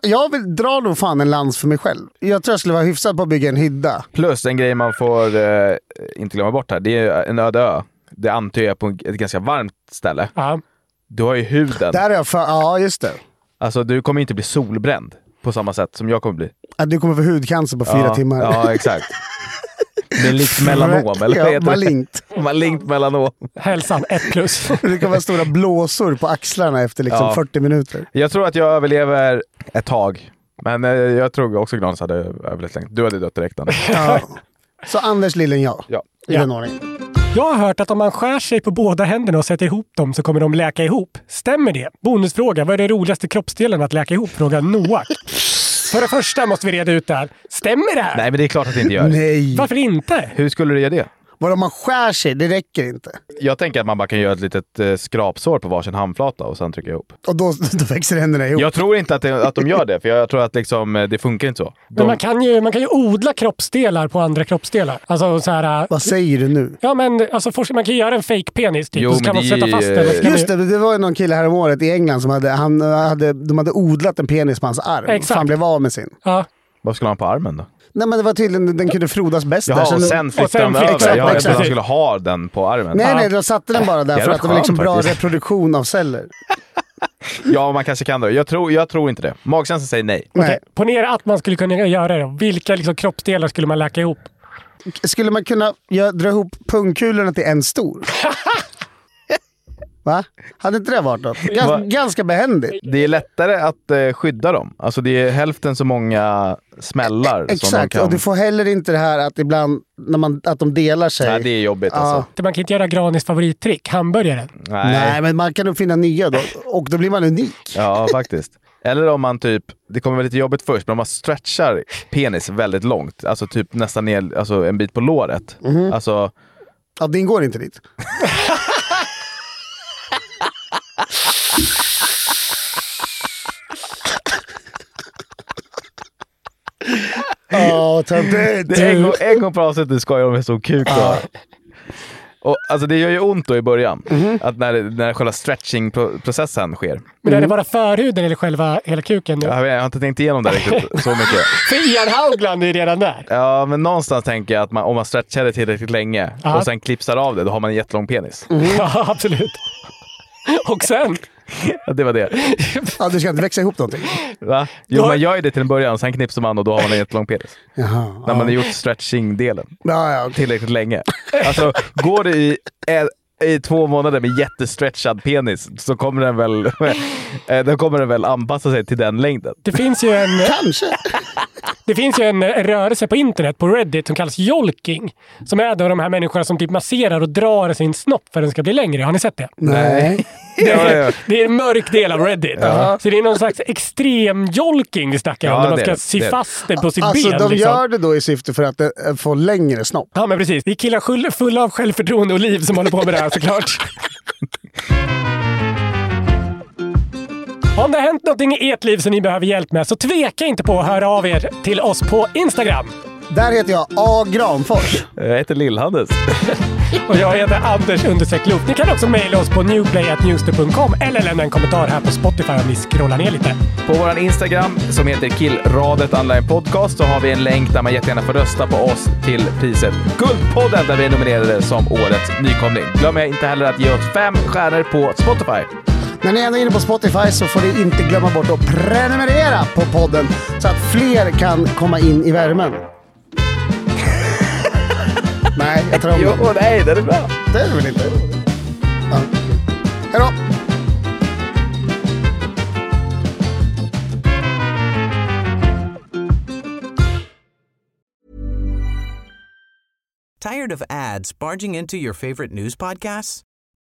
Speaker 1: Jag vill, drar nog fan en lans för mig själv. Jag tror jag skulle vara hyfsad på att bygga en hydda.
Speaker 2: Plus en grej man får eh, inte glömma bort här, det är ju en öde ö. Det antar jag är på en- ett ganska varmt ställe.
Speaker 3: Ja.
Speaker 2: Du har ju huden.
Speaker 1: Där är jag för, ja, just det.
Speaker 2: Alltså du kommer ju inte bli solbränd på samma sätt som jag kommer bli.
Speaker 1: Att du kommer få hudcancer på fyra
Speaker 2: ja,
Speaker 1: timmar.
Speaker 2: Ja, exakt. Det är likt melanom, eller vad
Speaker 1: Ja,
Speaker 2: heter
Speaker 1: malignt.
Speaker 2: det? Malignt melanom.
Speaker 3: Hälsan, ett plus.
Speaker 1: Det kan vara stora blåsor på axlarna efter liksom
Speaker 2: Ja.
Speaker 1: 40 minuter.
Speaker 2: Jag tror att jag överlever ett tag. Men eh, jag tror också Granis hade överlevt länge. Du hade dött direkt Anders.
Speaker 1: Ja. Så Anders Lillen jag.
Speaker 2: Ja.
Speaker 1: I
Speaker 3: Ja.
Speaker 1: den ordningen.
Speaker 3: Jag har hört att om man skär sig på båda händerna och sätter ihop dem så kommer de läka ihop. Stämmer det? Bonusfråga. Vad är det roligaste kroppsdelen att läka ihop? Frågar Noak. För det första måste vi reda ut det här. Stämmer det här?
Speaker 2: Nej, men det är klart att det inte gör.
Speaker 1: Nej!
Speaker 3: Varför inte?
Speaker 2: Hur skulle du göra det?
Speaker 1: Vadå, man skär sig? Det räcker inte.
Speaker 2: Jag tänker att man bara kan göra ett litet eh, skrapsår på varsin handflata och sen trycka ihop.
Speaker 1: Och då, då växer händerna ihop.
Speaker 2: Jag tror inte att, det, att de gör det, för jag tror att liksom, eh, det funkar inte så.
Speaker 3: Men
Speaker 2: De,
Speaker 3: man kan, ju, man kan ju odla kroppsdelar på andra kroppsdelar. Alltså så här... äh,
Speaker 1: Vad säger du nu?
Speaker 3: Ja men alltså, forskare, man kan ju göra en fake penis typ
Speaker 2: Jo,
Speaker 3: och så kan
Speaker 2: men
Speaker 3: man
Speaker 2: det är
Speaker 3: sätta
Speaker 2: ju,
Speaker 3: fast den. och så kan
Speaker 1: Just
Speaker 3: man
Speaker 1: det, det var ju någon kille häromåret i England som hade, han, eh, hade, de hade odlat en penis på hans arm.
Speaker 3: Exakt.
Speaker 1: För han blev av med sin.
Speaker 3: ju- Ja.
Speaker 2: vad skulle han ha på armen då?
Speaker 1: Nej men det var tydligen, den kunde frodas bäst där.
Speaker 2: Jaha,
Speaker 1: så
Speaker 2: och
Speaker 1: nu-
Speaker 2: sen
Speaker 3: och
Speaker 2: flyttade
Speaker 3: sen
Speaker 2: han
Speaker 3: flyttar-
Speaker 2: över. Ja, jag
Speaker 1: exakt.
Speaker 2: trodde han skulle ha den på armen.
Speaker 1: Nej,
Speaker 3: Ja.
Speaker 1: nej, de satte den bara där
Speaker 2: Jävla
Speaker 1: för att det var liksom
Speaker 2: skönt
Speaker 1: bra
Speaker 2: faktiskt.
Speaker 1: reproduktion av celler.
Speaker 2: Ja, man kanske kan det. Jag tror, jag tror inte det. Magkänslan säger nej.
Speaker 1: Nej.
Speaker 3: Ponera att man skulle kunna göra det. då. Vilka liksom, kroppsdelar skulle man läka ihop?
Speaker 1: Skulle man kunna göra, dra ihop pungkulorna till en stor? Va? Hade inte det varit något? Gans,
Speaker 2: Va?
Speaker 1: Ganska behändigt.
Speaker 2: Det är lättare att eh, skydda dem. Alltså det är hälften så många smällar som de
Speaker 1: Exakt,
Speaker 2: kan...
Speaker 1: och du får heller inte det här att ibland när man, att de delar sig.
Speaker 2: Nej, det är jobbigt
Speaker 1: Ja.
Speaker 2: alltså.
Speaker 3: Man kan inte göra Granis favorittrick, hamburgaren.
Speaker 2: Nej.
Speaker 1: Nej, men man kan nog finna nya då. Och då blir man unik.
Speaker 2: Ja, faktiskt. Eller om man typ, det kommer vara lite jobbigt först, men om man stretchar penis väldigt långt, alltså typ nästan ner, alltså en bit på låret. Alltså,
Speaker 1: Ja, din går inte dit. Åh, töntigt.
Speaker 2: det är en, gång, en gång per avsnitt du skojar om hur stor kuk du har. Och, alltså det gör ju ont då i början, att när, när själva stretchingprocessen sker.
Speaker 3: Men är det bara förhuden eller själva hela kuken?
Speaker 2: Jag har, jag har inte tänkt igenom det riktigt så mycket.
Speaker 3: För Ian Haugland är ju redan där.
Speaker 2: Ja, men någonstans tänker jag att man, om man stretchar det tillräckligt länge
Speaker 3: Ja.
Speaker 2: och sen klipsar av det, då har man en jättelång penis.
Speaker 3: Ja, absolut. Och sen,
Speaker 2: Ja, Det var det.
Speaker 1: Ja, du ska inte växa ihop någonting.
Speaker 2: Va? Jo, man gör ju det till en början, sen knipsar man och då har man en jättelång penis.
Speaker 1: Jaha.
Speaker 2: När man har gjort stretching-delen
Speaker 1: Ja, ja, okej.
Speaker 2: tillräckligt länge. Alltså, går det i, en- i två månader med jättestretchad penis så kommer den väl, eh, då kommer den väl anpassa sig till den längden.
Speaker 3: det finns ju en...
Speaker 1: Kanske.
Speaker 3: Det finns ju en eh, rörelse på internet, på Reddit, som kallas jolking. Som är då de här människorna som typ masserar och drar sin snopp för att den ska bli längre. Har ni sett det?
Speaker 1: Nej.
Speaker 3: Det
Speaker 2: Ja,
Speaker 3: är,
Speaker 2: ja.
Speaker 3: det är en mörk del av Reddit. Så det är någon slags extrem jolking vi snackar om.
Speaker 2: Ja,
Speaker 3: där man
Speaker 2: det
Speaker 3: ska
Speaker 2: är det.
Speaker 3: sy
Speaker 2: Det är det.
Speaker 3: fast den på sitt
Speaker 1: Alltså
Speaker 3: ben.
Speaker 1: de
Speaker 3: liksom.
Speaker 1: gör det då i syfte för att eh, få längre snopp.
Speaker 3: Ja, men precis. Det är killar skul- fulla av självförtroende och liv som håller på med det här såklart. Om det har hänt någonting i ert liv som ni behöver hjälp med så tveka inte på att höra av er till oss på Instagram.
Speaker 1: Där heter jag A. Granfors.
Speaker 2: Jag heter Lill-Hannes.
Speaker 3: Och jag heter Anders understreck Loof. Ni kan också mejla oss på newplay.newster.com eller lämna en kommentar här på Spotify om ni scrollar ner lite.
Speaker 2: På vår Instagram som heter Killradet Online Podcast så har vi en länk där man jättegärna får rösta på oss till priset Guldpodden där vi är nominerade som årets nykomling. Glöm inte heller att ge oss fem stjärnor på Spotify.
Speaker 1: När ni ändå är inne på Spotify så får ni inte glömma bort att prenumerera på podden så att fler kan komma in i värmen. Nej, jag tar om
Speaker 2: Jo,
Speaker 1: det.
Speaker 2: nej, det är bra.
Speaker 1: Det är det väl inte? Ja. Hej då!
Speaker 9: Tired of ads barging into your favorite news podcasts?